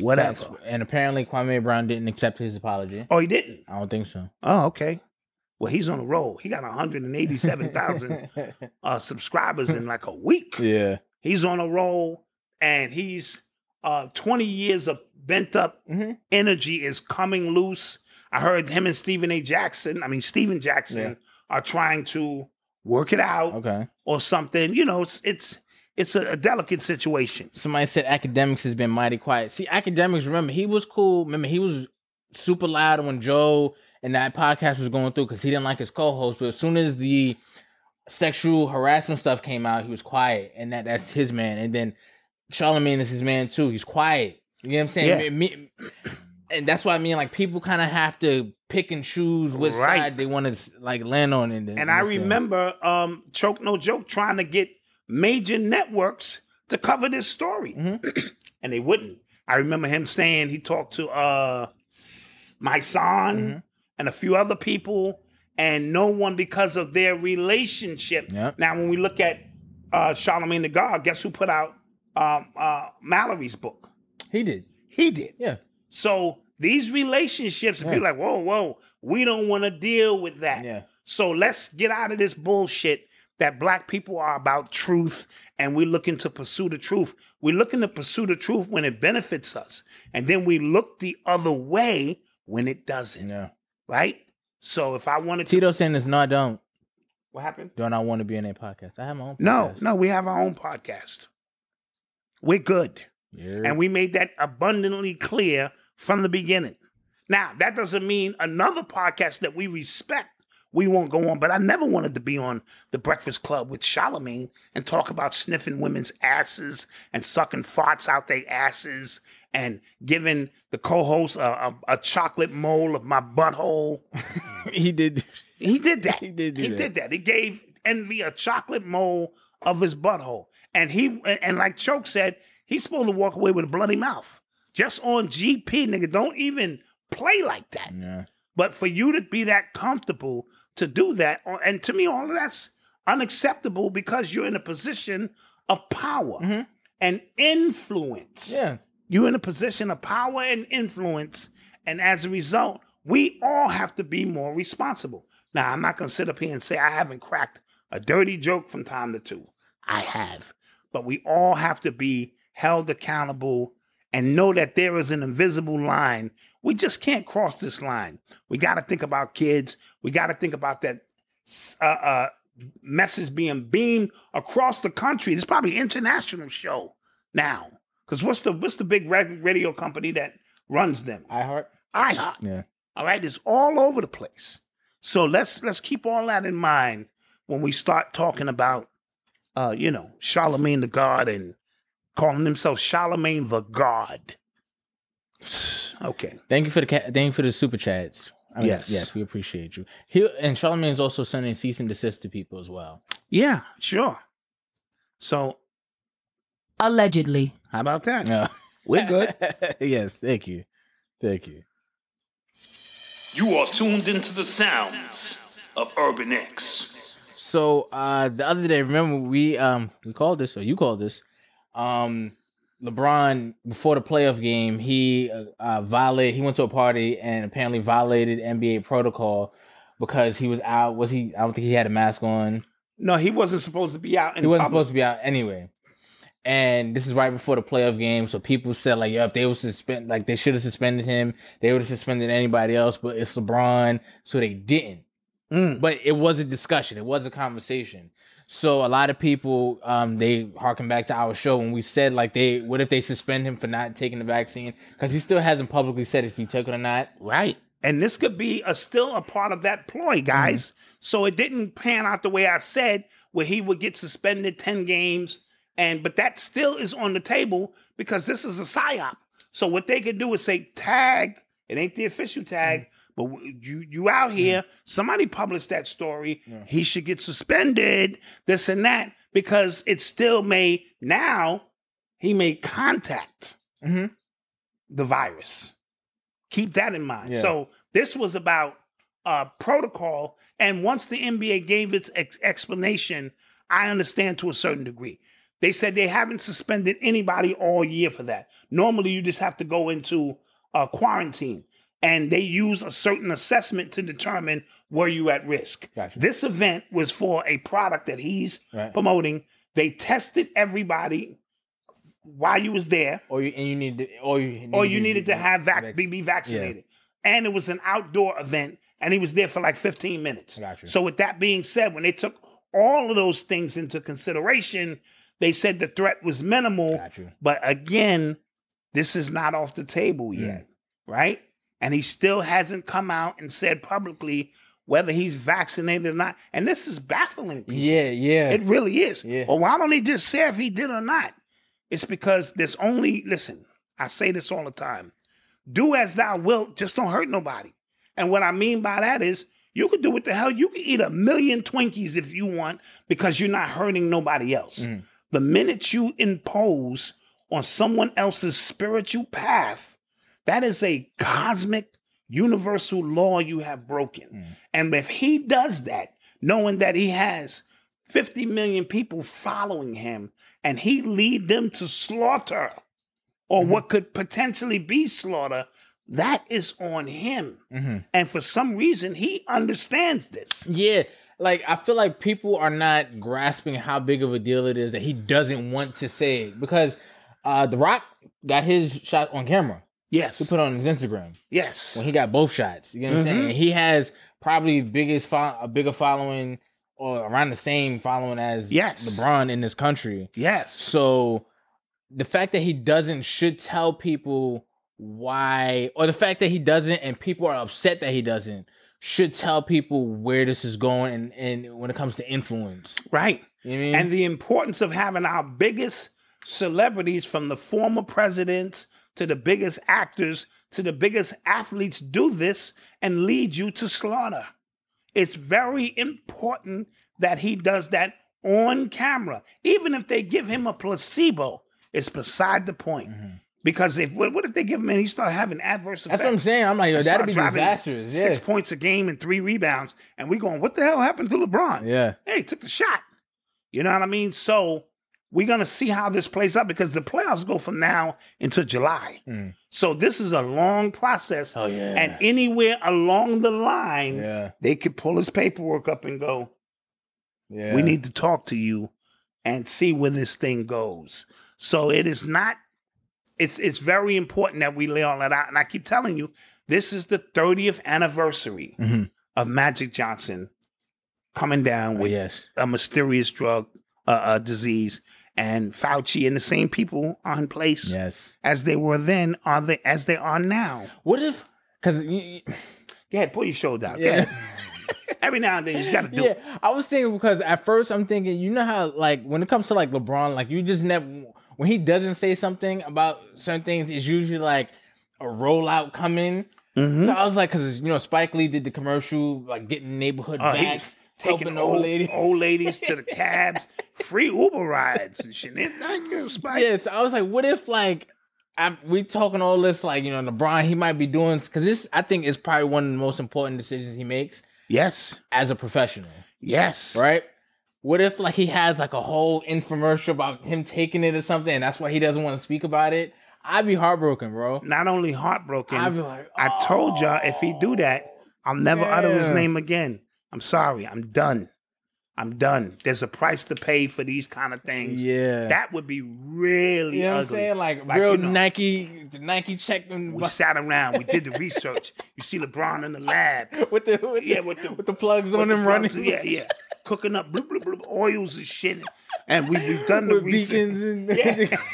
Whatever.
And apparently Kwame Brown didn't accept his apology.
Oh, he didn't.
I don't think so.
Oh, okay. Well, he's on a roll. He got 187,000 uh, subscribers in like a week.
Yeah.
He's on a roll, and he's uh, 20 years of bent up energy is coming loose. I heard him and Stephen A. Jackson, I mean Stephen Jackson, are trying to work it out
Okay.
or something. You know, it's it's it's a, a delicate situation.
Somebody said academics has been mighty quiet. See, academics, remember, he was cool. Remember, he was super loud when Joe and that podcast was going through because he didn't like his co-host. But as soon as the sexual harassment stuff came out, he was quiet. And that that's his man. And then Charlemagne is his man too. He's quiet. You know what I'm saying?
Yeah.
Me- me- and that's what I mean. Like people kind of have to pick and choose which
Right.
side they want to like land on. And uh,
And I remember um, Choke No Joke trying to get major networks to cover this story, and they wouldn't. I remember him saying he talked to uh, my son and a few other people, and no one because of their relationship.
Yep.
Now, when we look at uh, Charlemagne the God, guess who put out um, uh, Mallory's book?
he did.
He did.
Yeah.
So these relationships, and people like, whoa, whoa, we don't want to deal with that.
Yeah.
So let's get out of this bullshit that black people are about truth and we're looking to pursue the truth. We're looking to pursue the truth when it benefits us. And then we look the other way when it doesn't.
Yeah.
Right? So if I wanted to
Tito saying this. No, I don't.
what happened?
Do not want to be in a podcast? I have my own. Podcast.
No, no, we have our own podcast. We're good.
Yeah.
And we made that abundantly clear from the beginning. Now, that doesn't mean another podcast that we respect, we won't go on. But I never wanted to be on The Breakfast Club with Charlemagne and talk about sniffing women's asses and sucking farts out their asses and giving the co host a, a, a chocolate mole of my butthole.
he did.
He did that.
He did do
he
that.
did that. He gave Envy a chocolate mole of his butthole. And he and like Choke said, he's supposed to walk away with a bloody mouth. Just on GP, nigga. Don't even play like that.
Yeah.
But for you to be that comfortable to do that, or- and to me, all of that's unacceptable because you're in a position of power and influence.
Mm-hmm. Yeah.
You're in a position of power and influence. And as a result, We all have to be more responsible. Now, I'm not going to sit up here and say I haven't cracked a dirty joke from time to two. I have. But we all have to be held accountable and know that there is an invisible line. We just can't cross this line. We got to think about kids. We got to think about that uh, uh, message being beamed across the country. It's probably an international show now. Because what's the what's the big ra- radio company that runs them?
I heart.
IHOP.
Yeah.
All right, it's all over the place. So let's let's keep all that in mind when we start talking about uh, you know, Charlemagne the God and calling himself Charlemagne the God. Okay.
Thank you for the ca- thank you for the super chats. I mean,
Yes.
yes, we appreciate you. He and Charlemagne is also sending cease and desist to people as well.
Yeah, sure. So
Allegedly.
how about that?
Yeah.
We're good.
yes, thank you, thank you.
You are tuned into the sounds of Urban X.
So uh the other day, remember we um we called this or you called this, um LeBron before the playoff game he uh, uh violated he went to a party and apparently violated NBA protocol because he was out was he I don't think he had a mask on
No, he wasn't supposed to be out in
he wasn't
public.
supposed to be out anyway. And this is right before the playoff game, so people said like, "Yo, if they were suspend, like they should have suspended him. They would have suspended anybody else, but it's LeBron, so they didn't."
Mm.
But it was a discussion. It was a conversation. So a lot of people, um, they harken back to our show when we said like, "They what if they suspend him for not taking the vaccine?" Because he still hasn't publicly said if he took it or not.
Right. And this could be a, still a part of that ploy,
Mm-hmm.
guys. So it didn't pan out the way I said, where he would get suspended 10 games. And but that still is on the table because this is a psyop. So what they could do is say tag. It ain't the official tag,
Mm.
but w- you you out here. Somebody published that story. He should get suspended. This and that because it still may now he may contact
Mhm.
the virus keep that in mind.
Yeah.
So this was about uh, protocol, and once the NBA gave its ex- explanation, I understand to a certain degree. They said they haven't suspended anybody all year for that. Normally, you just have to go into uh, quarantine, and they use a certain assessment to determine were you at risk.
Gotcha.
This event was for a product that he's
Right.
promoting. They tested everybody while you was there
Or you and you need to, or you need
or
to
you
be-
needed to have vac-
Mm-hmm, vac-
be, be vaccinated. And it was an outdoor event, and he was there for like 15 minutes.
Gotcha.
So, with that being said, when they took all of those things into consideration, they said the threat was minimal.
Gotcha.
But again, this is not off the
Mm.
table yet, right? And he still hasn't come out and said publicly whether he's vaccinated or not. And this is baffling. people.
Yeah, yeah.
It really is.
Yeah.
Well, why don't they just say if he did or not? It's because there's only, listen, I say this all the time do as thou wilt, just don't hurt nobody. And what I mean by that is you could do what the hell, you can eat a million Twinkies if you want because you're not hurting nobody else.
Mm.
The minute you impose on someone else's spiritual path, that is a cosmic, universal law you have broken. And if he does that, knowing that he has 50 million people following him and he lead them to slaughter or what could potentially be slaughter, that is on him. And for some reason, he understands this.
Yeah, like I feel like people are not grasping how big of a deal it is that he doesn't want to say it because uh The Rock got his shot on camera. He
Yes.
put it on his Instagram
Yes.
when he got both shots. You know what I'm saying? And he has probably biggest fo- a bigger following or around the same following as
Yes.
LeBron in this country.
Yes.
So the fact that he doesn't should tell people why, or the fact that he doesn't, and people are upset that he doesn't, should tell people where this is going. And, and when it comes to influence,
Right.
you know what I mean?
And the importance of having our biggest celebrities from the former presidents to the biggest actors to the biggest athletes do this and lead you to slaughter. It's very important that he does that on camera. Even if they give him a placebo, it's beside the point. Because if what, what if they give him and he start having adverse
Mm-hmm.
effects?
that's what I'm saying. I'm like, yo,
And
that'd
start
be
driving
disastrous. Yeah.
Six points a game and three rebounds, and we going, what the hell happened to LeBron?
yeah.
hey, he took the shot. You know what I mean? So We're gonna see how this plays out because the playoffs go from now until July. So this is a long process.
Oh, Hmm. yeah.
And anywhere along the line,
Yeah.
they could pull his paperwork up and go,
Yeah.
we need to talk to you and see where this thing goes. So it is not it's it's very important that we lay all that out. And I keep telling you, this is the 30th anniversary
Mhm.
of Magic Johnson coming down
Oh,
with
yes.
a mysterious drug uh, uh, disease, and Fauci and the same people are in place
Yes.
as they were then are they as they are now.
What if? Because yeah,
Yeah, pull your shoulder out. Yeah.
yeah.
Every now and then you just got to do it.
I was thinking because at first I'm thinking, you know how like when it comes to like LeBron, like you just never when he doesn't say something about certain things, it's usually like a rollout coming.
Mm-hmm.
So I was like, because you know Spike Lee did the commercial like getting neighborhood
Uh, he
vax,
was
helping
taking Oh, old, old ladies. to the cabs, free Uber rides and shit. And Thank you, Spike.
Yes, I was like, what if like I'm, we talking all this like you know LeBron he might be doing because this I think is probably one of the most important decisions he makes
Yes,
as a professional,
yes.
right? What if like he has like a whole infomercial about him taking it or something, and that's why he doesn't want to speak about it? I'd be heartbroken, bro.
Not only heartbroken,
I'd be like, oh,
I told y'all if he do that, I'll never utter his
Damn.
name again. I'm sorry. I'm done. I'm done. There's a price to pay for these kind of things.
yeah,
That would be really
you know what I'm
ugly.
saying? Like,
Like,
real
you know,
Nike, the Nike check and
We sat around. We did the research. you see LeBron in the lab.
with the with,
Yeah,
the,
with the-
with the plugs
with
on
the
him
props.
running,
Yeah, yeah. Cooking up bloop, bloop, bloop, oils and shit. And we, we've done the
with
research.
beacons and
Yeah.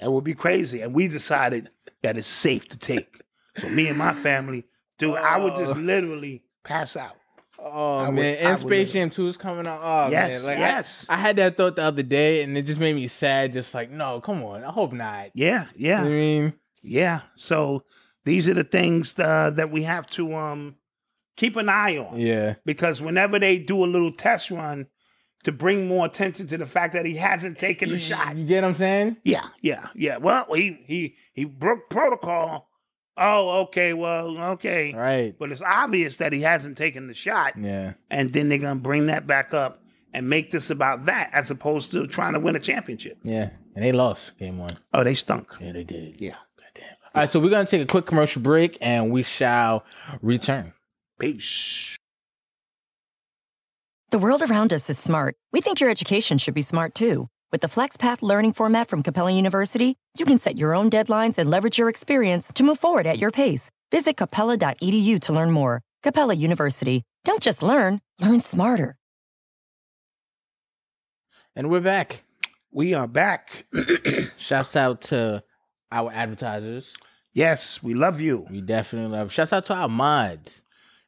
It would be crazy. And we decided that it's safe to take. So me and my family, dude, I would just literally pass out.
Oh
would-
man,
I
and
would
Space
live-
Jam Two is coming out. Oh
Yes,
man, like, I-
yes.
I, had that thought the other day, and it just made me sad. Just like, no, come on, I hope not.
Yeah,
You know what I
yeah,
mean,
yeah. So these are the things uh, that we have to um, keep an eye on.
yeah,
Because whenever they do a little test run to bring more attention to the fact that he hasn't taken the shot.
You get what I'm saying?
Yeah, yeah, yeah. Well, he he he broke protocol. Oh, okay. Well, okay.
Right.
But it's obvious that he hasn't taken the shot.
Yeah.
and then they're gonna bring that back up and make this about that as opposed to trying to win a championship.
Yeah. And they lost game one.
Oh, they stunk.
Yeah, they did.
Yeah.
All right, so we're gonna take a quick commercial break, and we shall return.
Peace.
The world around us is smart. We think your education should be smart too. With the FlexPath learning format from Capella University, you can set your own deadlines and leverage your experience to move forward at your pace. Visit capella.edu to learn more. Capella University. Don't just learn, learn smarter.
And we're back.
We are back.
Shouts out to our advertisers.
yes, we love you.
We definitely love. Shouts out to our mods,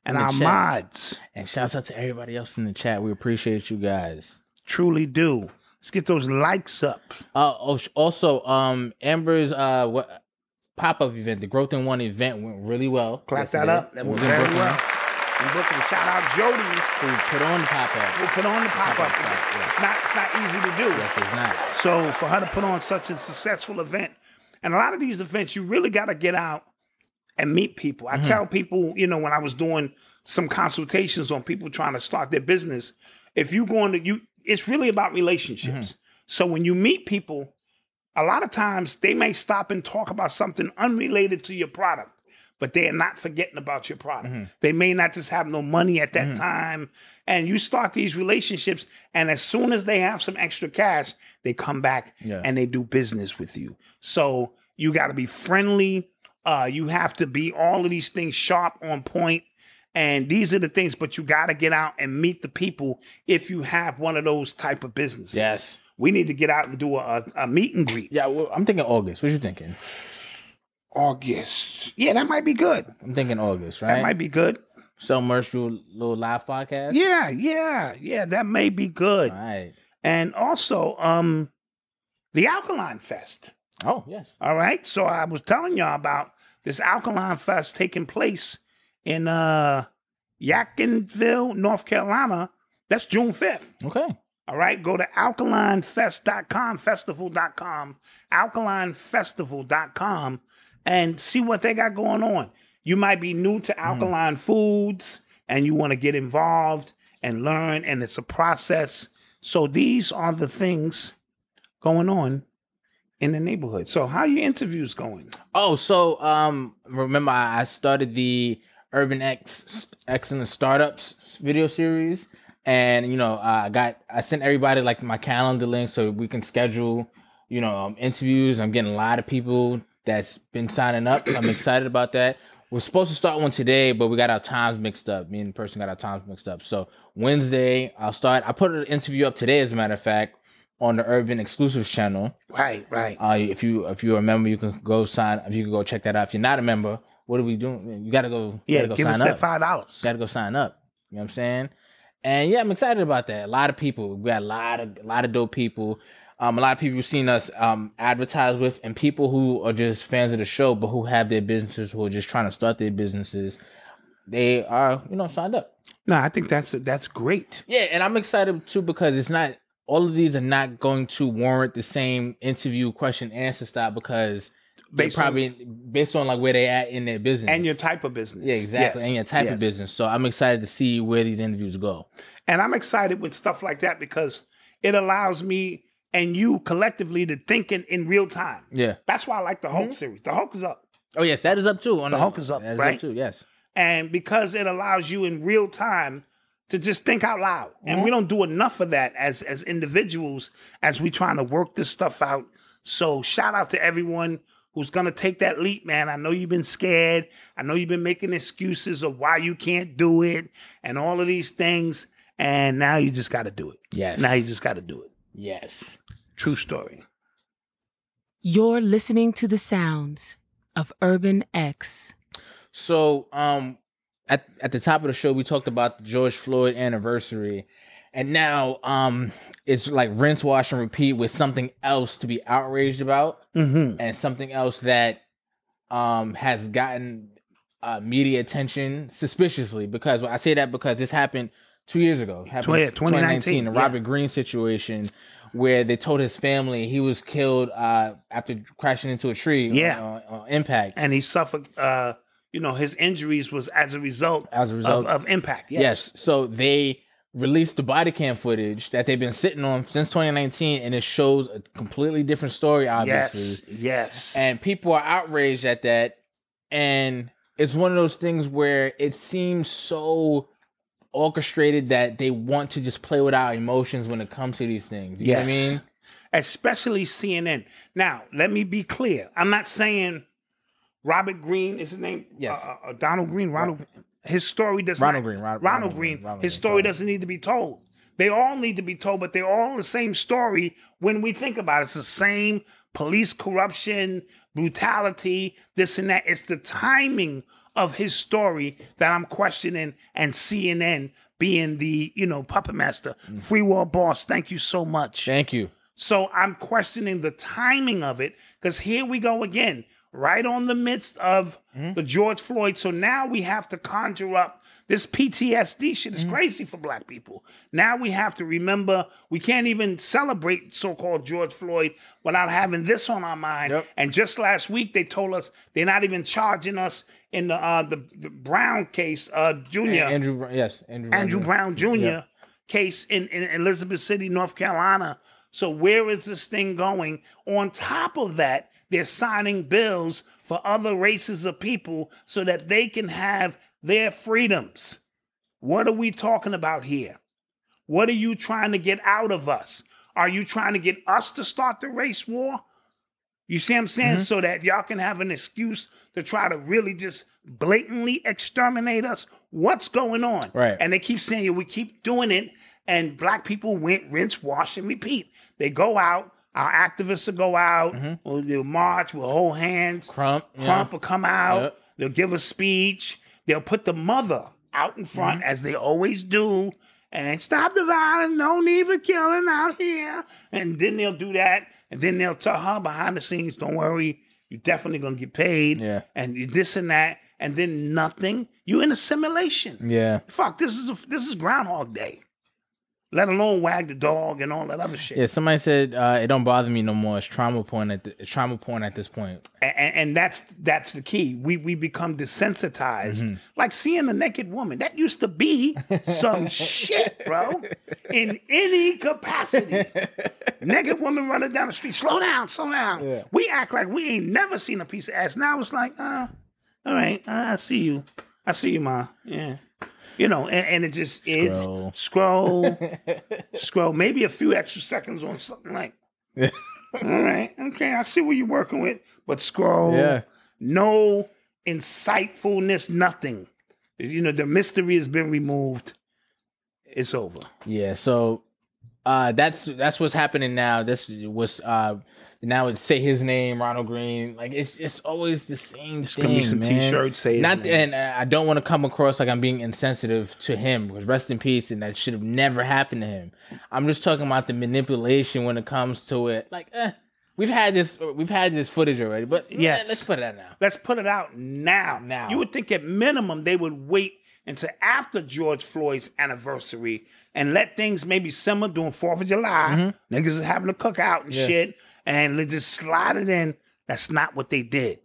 And
In the
our
chat.
mods
and shouts out to everybody else in the chat. We appreciate you guys.
truly do. Let's get those likes up.
Uh, als- also, um, Amber's uh, what pop up event, the Growth in One event, went really well.
Clap that
yesterday.
up.
It
That was
in
very
Brooklyn,
well. And Brooklyn, shout out Jody
Who put on the pop
who
up?
put on the pop up.
Pop-up, yeah.
It's not it's not easy to do.
Yes, it's not.
So for her to put on such a successful event, and a lot of these events, you really got to get out and meet people. I tell people, you know, when I was doing some consultations on people trying to start their business, if you going to you, it's really about relationships. So when you meet people, a lot of times they may stop and talk about something unrelated to your product. But they are not forgetting about your product.
Mm-hmm.
They may not just have no money at that time. And you start these relationships, and as soon as they have some extra cash, they come back
Yeah.
and they do business with you. So you got to be friendly. Uh, you have to be all of these things sharp on point. And these are the things, but you got to get out and meet the people if you have one of those type of businesses.
Yes.
We need to get out and do a, a meet and greet.
Yeah, well, I'm thinking August. What you thinking?
August. Yeah, that might be good.
I'm thinking August,
That
right?
might be good.
So merch do a little live podcast.
Yeah, yeah, yeah. That may be good.
All right.
And also, um, the Alkaline Fest.
Oh yes.
All right. So I was telling y'all about this Alkaline Fest taking place in uh Yakinville, North Carolina. That's June 5th.
Okay.
All right. Go to alkalinefest.com, festival.com, alkalinefestival.com, and see what they got going on. You might be new
Hmm.
to alkaline foods and you want to get involved and learn, and it's a process. So these are the things going on in the neighborhood. So how your interviews going?
Oh, so um, remember I I started the Urban X Excellent Startups video series, and you know I got I sent everybody like my calendar link so we can schedule, you know, um, interviews. I'm getting a lot of people that's been signing up. I'm excited about that. We're supposed to start one today, but we got our times mixed up. Me and the person got our times mixed up. So Wednesday I'll start. I put an interview up today, as a matter of fact, on the Urban Exclusives channel.
Right, right.
Uh, if you if you're a member, you can go sign. If you can go check that out. If you're not a member, what are we doing? You gotta go. you
yeah,
gotta go
give us
sign
that
up.
five dollars.
Gotta go sign up. You know what I'm saying? And yeah, I'm excited about that. A lot of people. We got a lot of a lot of dope people. Um, a lot of people you've seen us um advertise with, and people who are just fans of the show, but who have their businesses, who are just trying to start their businesses. They are, you know, signed up.
No, I think that's that's great.
Yeah, and I'm excited too because it's not all of these are not going to warrant the same interview question answer style because they
Based on-
probably based on like where they at in their business
And your type of business.
yeah exactly
Yes,
and your type
yes.
of business. So I'm excited to see where these interviews go.
And I'm excited with stuff like that because it allows me and you collectively to think in, in real time.
Yeah.
That's why I like the Hulk series. The Hulk is up.
Oh yes, that is up too. On
The Hulk is up,
That
right?
up too. Yes.
and because it allows you in real time to just think out loud and
Mm-hmm.
we don't do enough of that as as individuals as we trying to work this stuff out so shout out to everyone who's gonna take that leap man i know you've been scared i know you've been making excuses of why you can't do it and all of these things and now you just gotta do it
Yes.
now you just gotta do it
Yes.
true story
You're listening to the sounds of Urban X.
So um at at the top of the show we talked about the George Floyd anniversary and now um it's like rinse wash and repeat with something else to be outraged about
mm-hmm.
and something else that um has gotten uh, media attention suspiciously because I say that because this happened two years ago, happened
Tw- yeah,
in 2019, the
2019, yeah.
Robert Green situation where they told his family he was killed uh, after crashing into a tree on-
Yeah.
on, on impact.
and he suffered uh you know his injuries was as a result
As a result.
of, of impact yes,
Yes. So they released the body cam footage that they've been sitting on since 2019, and it shows a completely different story, obviously.
Yes, yes.
And people are outraged at that. And it's one of those things where it seems so orchestrated that they want to just play with our emotions when it comes to these things. You know what I
Yes.
mean?
especially CNN. Now, let me be clear. I'm not saying Robert Green is his name.
Yes.
uh, uh, Donald Green. Ronald. His story does
Ronald
not-
Green, Ron-
Ronald,
Ronald
Green.
Green, Ronald
his
Green,
story
sorry.
doesn't need to be told. They all need to be told, but they're all the same story when we think about it. It's the same police corruption, brutality, this and that. It's the timing of his story that I'm questioning, and CNN being the you know puppet master, free world boss. Thank you so much.
Thank you.
So I'm questioning the timing of it because here we go again, right on the midst of the George Floyd. So now we have to conjure up this PTSD shit is crazy for black people. Now we have to remember we can't even celebrate so called George Floyd without having this on our mind.
Yep.
And just last week they told us they're not even charging us in the uh, the, the Brown case, uh, Junior.
Andrew Brown. Yes. Andrew,
Andrew Brown Jr.
Yeah.
case in, in Elizabeth City, North Carolina. So where is this thing going? On top of that, they're signing bills for other races of people so that they can have their freedoms. What are we talking about here? What are you trying to get out of us? Are you trying to get us to start the race war? You see what I'm saying?
Mm-hmm.
So that y'all can have an excuse to try to really just blatantly exterminate us. What's going on?
Right.
And they keep saying, yeah, we keep doing it. And black people went rinse, wash, and repeat. They go out, our activists will go out, we'll, they'll march, we'll hold hands.
Mm-hmm. Crump. yeah.
Trump will come out.
Yep.
They'll give a speech. They'll put the mother out in front
Mm-hmm.
as they always do. And stop the violence, no need for killing out here. And then they'll do that. And then they'll tell her behind the scenes, don't worry, you're definitely gonna get paid.
Yeah.
And you this and that. And then nothing. You're in a simulation.
Yeah.
Fuck, this is a, this is Groundhog Day. let alone wag the dog and all that other shit.
Yeah, somebody said uh, it don't bother me no more. It's trauma porn at the, it's trauma porn at this point.
A- and, and that's that's the key. We we become desensitized.
Mm-hmm.
Like seeing a naked woman, that used to be some shit, bro. In any capacity, naked woman running down the street, slow down, slow down. We act like we ain't never seen a piece of ass. Now it's like, uh, all right, uh, I see you, I see you, ma. Yeah, you know, and, and it just
Scroll.
is scroll, scroll. Maybe a few extra seconds on something like. All right, okay, I see what you're working with, but scroll.
Yeah.
No insightfulness, nothing. You know, the mystery has been removed. It's over.
Yeah, so uh, that's that's what's happening now. This was uh, now it's say his name, Ronald Green. Like it's it's always the same
It's
thing.
gonna be some
man.
t-shirts, say his
not,
name.
and uh, I don't want to come across like I'm being insensitive to him because rest in peace, and that should have never happened to him. I'm just talking about the manipulation when it comes to it. Like, eh, we've had this uh, we've had this footage already, but yeah,
Yes.
let's put it out now.
Let's put it out now.
Now.
You would think at minimum they would wait until after George Floyd's anniversary and let things maybe simmer during Fourth of July.
Mm-hmm.
Niggas is having a cookout and shit, and they just slide it in. That's not what they did.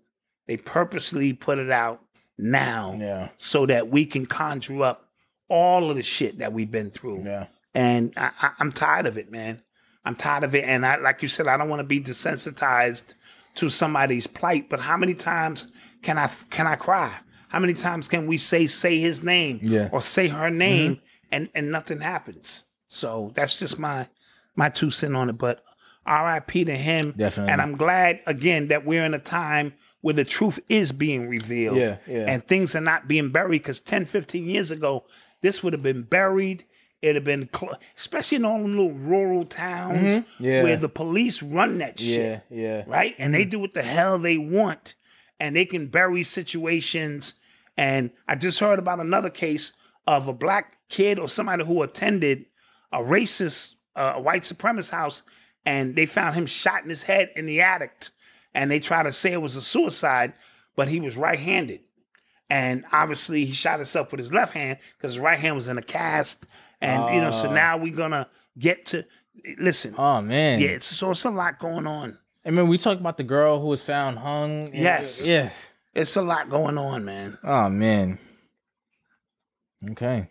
They purposely put it out now,
Yeah.
so that we can conjure up all of the shit that we've been through.
Yeah.
And I, I, I'm tired of it, man. I'm tired of it. And I, like you said, I don't want to be desensitized to somebody's plight. But how many times can I can I cry? How many times can we say say his name
Yeah. Mm-hmm.
or say her name and and nothing happens? So that's just my my two cent on it. But R.I.P. to him.
Definitely.
And I'm glad again that we're in a time where the truth is being revealed
Yeah, yeah.
and things are not being buried because 10 15 years ago this would have been buried it'd have been cl- especially in all the little rural towns
Mm-hmm. Yeah.
where the police run that shit
yeah.
right and they do what the hell they want and they can bury situations and i just heard about another case of a black kid or somebody who attended a racist uh, a white supremacist house and they found him shot in his head in the attic and they tried to say it was a suicide but he was right-handed and obviously he shot himself with his left hand because his right hand was in a cast and you know so now we're gonna get to listen
Oh man.
yeah it's, so it's a lot going on
I mean, we talked about the girl who was found hung. and-
Yes.
Yeah.
it's a lot going on man
Oh man. Okay.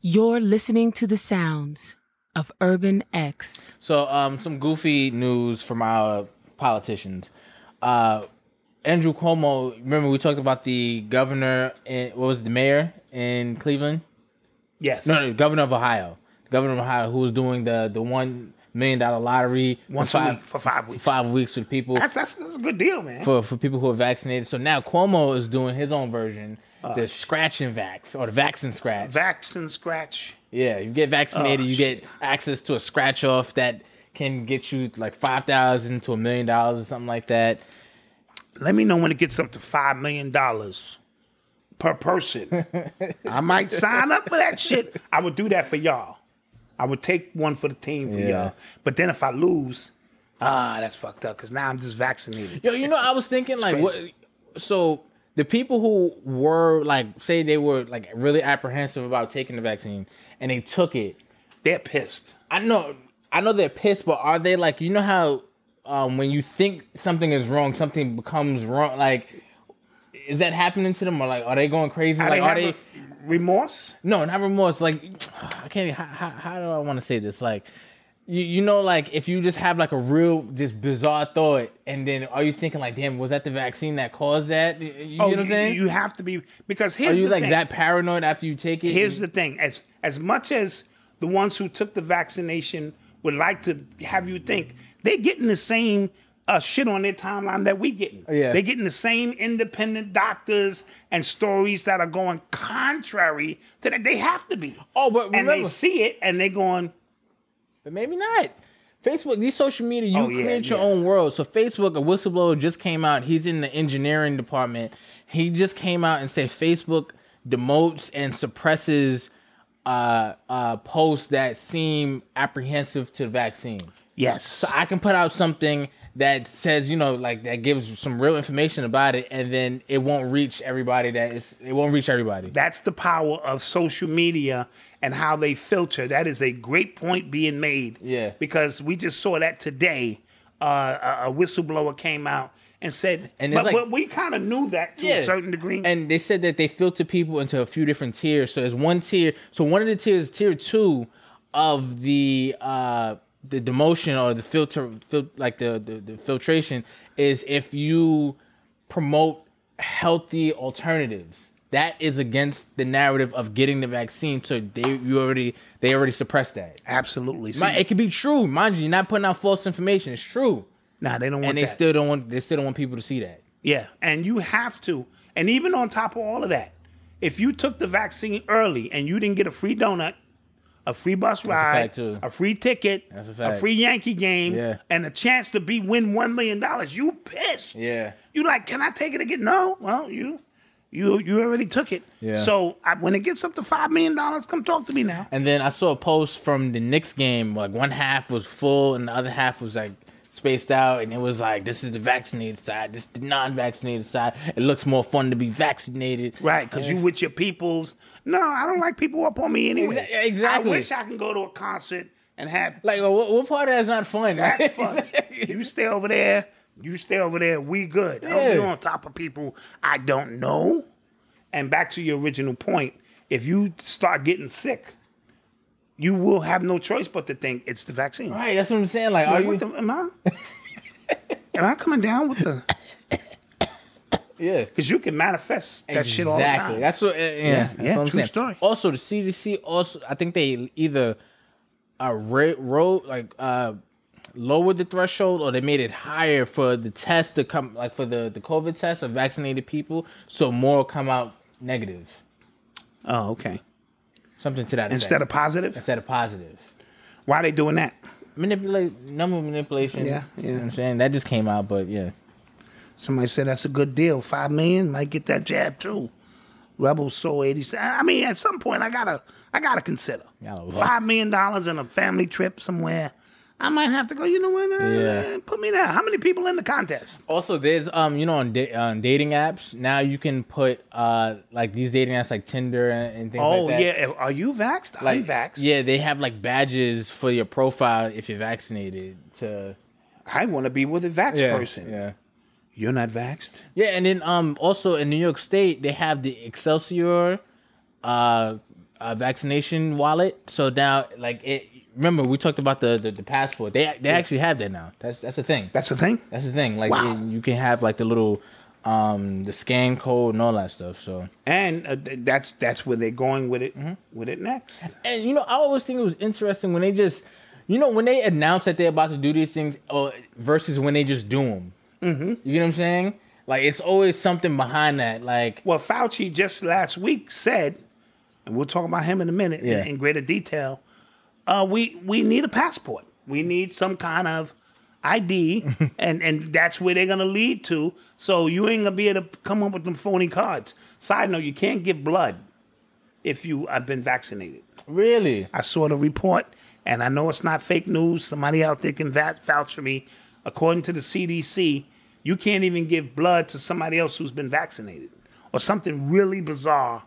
You're listening to the sounds of Urban X.
So, um, some goofy news from our politicians. Uh, Andrew Cuomo. Remember we talked about the governor. In, what was it, the mayor in Cleveland?
yes
No, no, governor of Ohio. Governor of Ohio, who was doing the the one million dollar lottery for
once a
five
week for five weeks
five weeks with people.
that's, that's that's a good deal man
for, for people who are vaccinated. So now Cuomo is doing his own version,
Uh.
the scratch and vax or the vaccine scratch.
vaccine scratch
yeah, you get vaccinated,
Oh,
you get access to a scratch off that can get you like five thousand to a million dollars or something like that.
let me know when it gets up to five million dollars per person. I might sign up for that shit. I would do that for y'all. I would take one for the team for
Yeah.
y'all. But then if I lose, ah, that's fucked up because now I'm just vaccinated.
Yo, you know, I was thinking like what so the people who were like say they were like really apprehensive about taking the vaccine and they took it.
They're pissed.
I know I know they're pissed, but are they like you know how um, when you think something is wrong, something becomes wrong like is that happening to them or like are they going crazy?
How
like are
they
they
have a remorse?
no not remorse like I can't how, how, how do I want to say this? Like you, you know like if you just have like a real just bizarre thought and then are you thinking like damn was that the vaccine that caused that? You, you know what I'm
Oh, you-
saying?
You have to be because
are
here's
you
the
like
thing.
that paranoid after you take it?
Here's the thing: as as much as the ones who took the vaccination would like to have you think, they're getting the same uh, shit on their timeline that we getting.
Yeah.
They're getting the same independent doctors and stories that are going contrary to that. They have to be.
Oh, but
and they
remember-
see it and they're going.
But maybe not. Facebook, these social media, you
Oh, yeah,
create your
yeah.
own world. So Facebook, a whistleblower just came out. He's in the engineering department. He just came out and said Facebook demotes and suppresses uh, uh, posts that seem apprehensive to the vaccine.
Yes.
So I can put out something that says, you know, like that gives some real information about it, and then it won't reach everybody that is it won't reach everybody.
That's the power of social media and how they filter. That is a great point being made.
Yeah.
Because we just saw that today. Uh, a, a whistleblower came out and said,
And it's
but,
like-
but we kind of knew that to a certain degree.
And they said that they filter people into a few different tiers. So there's one tier. So one of the tiers, tier two, of the uh the demotion or the filter, fil- like the, the the filtration, is if you promote healthy alternatives. That is against the narrative of getting the vaccine. So they you already they already suppressed that.
Absolutely. So,
Mi- It could be true, mind you. You're not putting out false information. It's true,
nah, they don't want
and they
that.
still don't want they still don't want people to see that.
Yeah, and you have to. And even on top of all of that, if you took the vaccine early and you didn't get a free donut, a free bus
a
ride,
fact, too.
free ticket,
That's a fact.
free Yankee game,
Yeah.
and a chance to be win one million dollars, you pissed.
Yeah.
You like, can I take it again? No. Well, you you you already took it.
Yeah.
So I, when it gets up to five million dollars, come talk to me now.
And then I saw a post from the Knicks game. Like one half was full, and the other half was like spaced out. And it was like, this is the vaccinated side. This is the non-vaccinated side. It looks more fun to be vaccinated.
Right, because you with your peoples. No, I don't like people up on me anyway.
Exa- exactly.
I wish I can go to a concert and have
Like, what, what part of that is not fun?
That's fun. you stay over there. You stay over there. We good. I don't
Yeah.
get on top of people I don't know. And back to your original point, if you start getting sick, you will have no choice but to think it's the vaccine.
right. That's what I'm saying. Like, are
Like,
you?
what the, am I? am I coming down with the?
yeah.
Because you can manifest that shit all the
exactly.
time.
That's what. uh, yeah, that's
yeah,
what I'm
true
saying.
story.
Also, the CDC also, I think they either uh, ra- ro- like uh, lowered the threshold or they made it higher for the test to come, like for the the COVID test of vaccinated people, so more come out negative,
oh, okay.
something to that
Instead of
effect.
positive,
instead of positive.
why are they doing that?
Manipulate number manipulation.
Yeah, yeah.
You know what I'm saying that just came out, but yeah,
Somebody said that's a good deal. Five million might get that jab too. Rebel Soul eighty seven. I mean, at some point, I gotta, I gotta consider
Y'all are wild.
five million dollars and a family trip somewhere. I might have to go. You know what? Uh,
Yeah.
Put me down. How many people in the contest?
Also, there's um, you know, on, da- on dating apps now you can put uh, like these dating apps like Tinder and, and things
oh
like that.
yeah. Are you vaxxed? I'm
like
vaxxed.
Yeah, they have like badges for your profile if you're vaccinated. To
I want to be with a vaxxed person.
yeah,
You're not vaxxed.
yeah, and then um, also in New York State they have the Excelsior, uh, uh vaccination wallet. So now, like it. Remember, we talked about the the, the passport. They they actually have that now. That's that's a thing.
That's the thing.
That's the thing. Like
Wow.
you- you can have like the little um the scan code and all that stuff. So
And uh, th- that's that's where they're going with
Mm-hmm.
it. With it next.
and you know, I always think it was interesting when they just, you know, when they announce that they're about to do these things, or versus when they just do them. Mm-hmm. You know what I'm saying? Like it's always something behind that. Like
Well, Fauci just last week said, and we'll talk about him in a minute in-
Yeah.
in, greater detail. Uh, we we need a passport. We need some kind of ID, and and that's where they're gonna lead to. So you ain't gonna be able to come up with them phony cards. Side note: you can't get blood if you have been vaccinated.
really,
I saw the report, and I know it's not fake news. Somebody out there can va- vouch for me. According to the CDC, you can't even give blood to somebody else who's been vaccinated or something really bizarre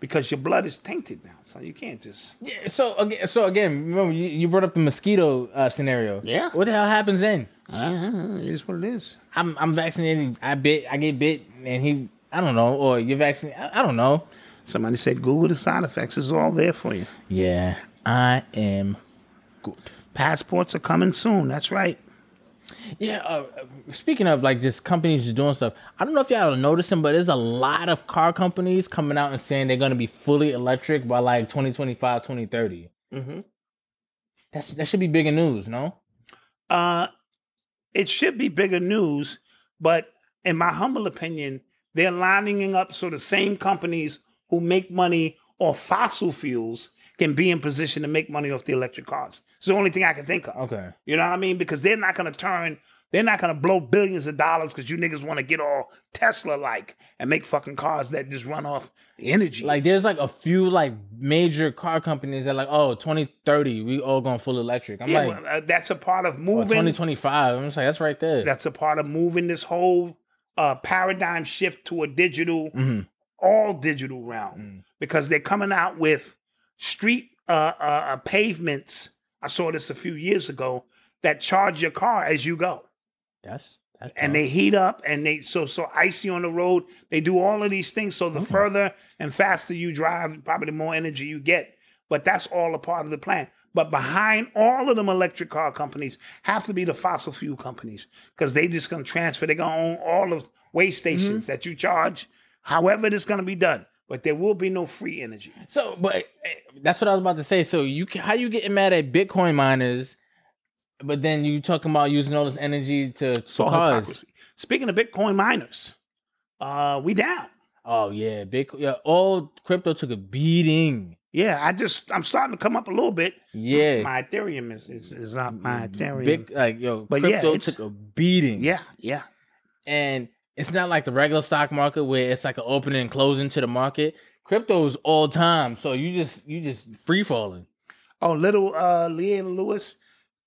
because your blood is tainted now. So you can't just.
Yeah, so again, so again, remember you, you brought up the mosquito uh, scenario.
Yeah.
What the hell happens then?
Uh, it is what it is.
I'm I'm vaccinated. I bit. I get bit, and he. I don't know. Or you're vaccinated. I, I don't know.
Somebody said Google the side effects is all there for you.
Yeah, I am good.
Passports are coming soon. That's right.
Yeah, uh, uh, speaking of like just companies just doing stuff, I don't know if y'all are noticing, but there's a lot of car companies coming out and saying they're going to be fully electric by like 2025, 2030.
Mm-hmm.
That's, that should be bigger news, no?
Uh, it should be bigger news, but in my humble opinion, they're lining up so the same companies who make money off fossil fuels can be in position to make money off the electric cars. It's the only thing I can think of.
Okay.
You know what I mean? Because they're not going to turn, they're not going to blow billions of dollars because you niggas want to get all Tesla like and make fucking cars that just run off energy.
Like there's like a few like major car companies that like oh 2030 we all going full electric. I'm
Yeah,
like
well, uh, that's a part of
or
moving.
2025. I'm just like that's right there.
that's a part of moving this whole uh, paradigm shift to a digital,
Mhm.
all digital realm because they're coming out with street uh, uh, uh, pavements. I saw this a few years ago that charge your car as you go.
That's that's
and they heat up and they so so icy on the road. They do all of these things. So the further and faster you drive, probably the more energy you get. But that's all a part of the plan. But behind all of them electric car companies have to be the fossil fuel companies because they just gonna transfer. They're gonna own all of way stations that you charge. However, it's gonna be done. But there will be no free energy.
So, but eh, that's what I was about to say. So, you ca- how you getting mad at Bitcoin miners, but then you talking about using all this energy to
So
cause?
hypocrisy. Speaking of Bitcoin miners, uh, we down.
Oh yeah, Bitcoin. Yeah, all crypto took a beating.
Yeah, I just I'm starting to come up a little bit.
Yeah, Mm,
my Ethereum is, is, is not my Ethereum.
big like yo,
But yeah,
crypto
it's-
took a beating.
yeah, yeah.
and it's not like the regular stock market where it's like an opening and closing to the market. Crypto's all time, so you just you just free falling.
Oh, little uh, Leanne Lewis,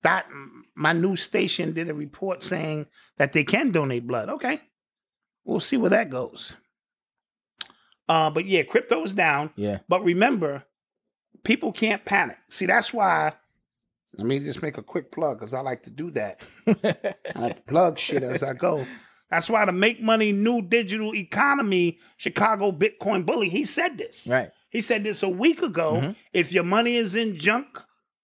that my news station did a report saying that they can donate blood. Okay, we'll see where that goes. Uh, but yeah, crypto is down.
Yeah.
But remember, people can't panic. See, that's why. Let me just make a quick plug because I like to do that. I like to plug shit as I go. That's why the make money new digital economy, Chicago Bitcoin bully, he said this.
Right.
He said this a week ago.
Mhm.
If your money is in junk,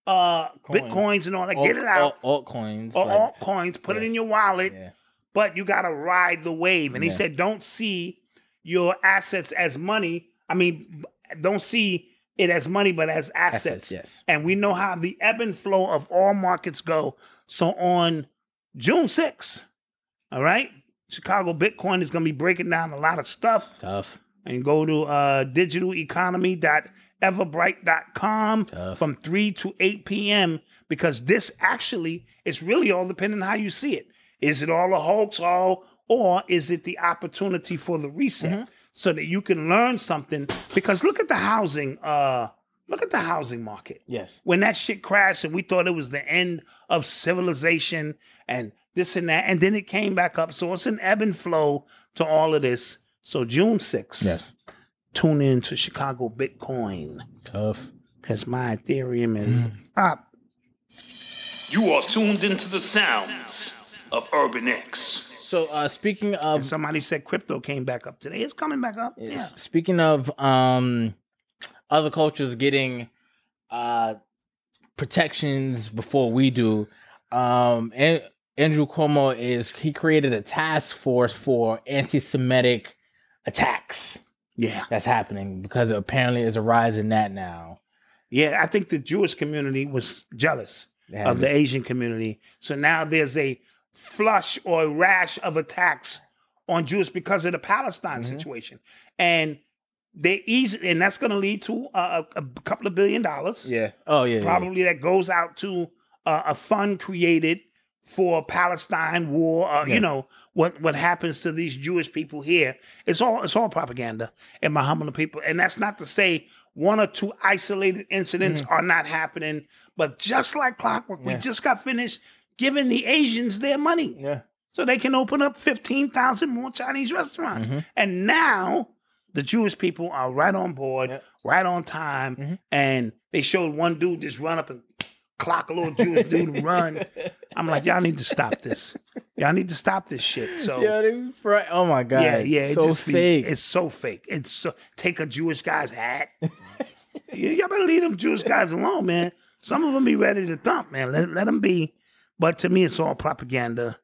uh,
Coins.
bitcoins and all that, get it
Alt-
out.
alt- altcoins.
Or
like-
altcoins, put it
yeah.
in your wallet,
yeah.
but you gotta ride the wave. And he
Yeah.
said, don't see your assets as money. I mean, don't see it as money, but as assets.
Assets, yes.
And we know how the ebb and flow of all markets go. So on June 6th, all right, Chicago Bitcoin is gonna be breaking down a lot of stuff
Tough.
and go to uh, digitaleconomy.everbright.com
Tough.
from 3 to 8 p.m. because this actually is really all depending on how you see it. Is it all a hoax all or is it the opportunity for the reset so that you can learn something because look at the housing uh look at the housing market
Yes.
when that shit crashed and we thought it was the end of civilization and this and that. And then it came back up. So it's an ebb and flow to all of this. So June 6th,
Yes.
tune in to Chicago Bitcoin
Tough. Mm.
because my Ethereum is up.
You are tuned into the sounds of Urban X.
So uh, speaking
And
of
somebody said crypto came back up today. It's coming back up.
s- speaking of um, other cultures getting uh, protections before we do, um, An- Andrew Cuomo is he created a task force for anti-Semitic attacks
Yeah.
that's happening because apparently there's a rise in that now.
yeah. Yeah. I think the Jewish community was jealous. of the Asian community. So now there's a flush or a rash of attacks on Jews because of the Palestine situation, and they easy, and that's going to lead to a, a a couple of billion dollars,
yeah. Oh yeah. yeah,
probably that goes out to uh, a fund created for Palestine war. Uh,
Yeah.
You know what what happens to these Jewish people here? It's all it's all propaganda, in my humble people. And that's not to say one or two isolated incidents are not happening, but just like clockwork, we
Mm-hmm. Yeah.
just got finished giving the Asians their money
Yeah.
so they can open up 15,000 more Chinese restaurants.
Mm-hmm.
And now the Jewish people are right on board,
Yeah.
right on time.
Mm-hmm.
And they showed one dude just run up and clock a little Jewish dude and run. I'm like, y'all need to stop this. Y'all need to stop this shit. So
Yeah, they be fr- oh my god.
yeah, yeah,
So
it's just be-
fake.
it's so fake. It's so take a Jewish guy's hat. Yeah, y'all better leave them Jewish guys alone, man. Some of them be ready to thump, man. Let, let them be. But to me, it's all propaganda.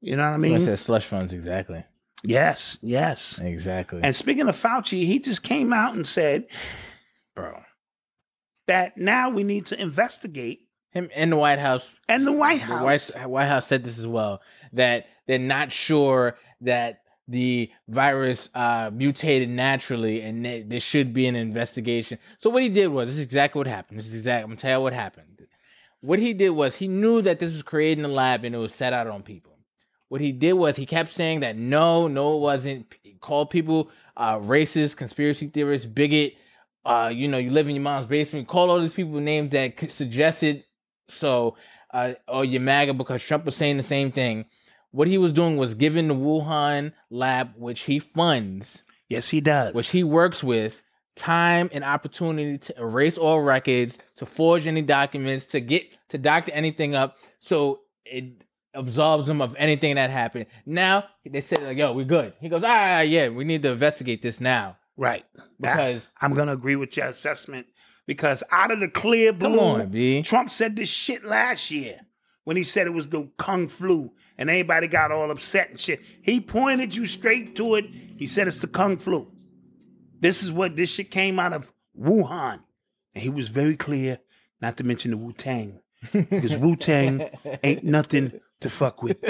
You know what I
I
mean?
said slush funds exactly.
Yes, yes.
Exactly.
And speaking of Fauci, he just came out and said, bro, that now we need to investigate.
Him and the White House.
And the White
The
House.
White, White House said this as well that they're not sure that the virus uh, mutated naturally, and th- there should be an investigation. So what he did was this is exactly what happened. This is exactly I'm gonna tell you what happened. What he did was he knew that this was created in the lab and it was set out on people. What he did was he kept saying that no, no, it wasn't. He called people uh, racist, conspiracy theorists, bigot. Uh, you know, you live in your mom's basement. Call all these people names that c- suggested so uh, or your MAGA because Trump was saying the same thing. What he was doing was giving the Wuhan lab, which he funds,
Yes, he does.
which he works with, time and opportunity to erase all records, to forge any documents, to get to doctor anything up, so it absolves him of anything that happened. Now they said, like, "Yo, we're good." He goes, "Ah, yeah, we need to investigate this now
right
because."
I, am gonna agree with your assessment because out of the clear blue,
Come on, B.
Trump said this shit last year when he said it was the kung flu and everybody got all upset and shit. He pointed you straight to it. He said it's the kung flu. This is what this shit came out of Wuhan. And he was very clear, not to mention the Wu Tang. Because Wu Tang ain't nothing to fuck with.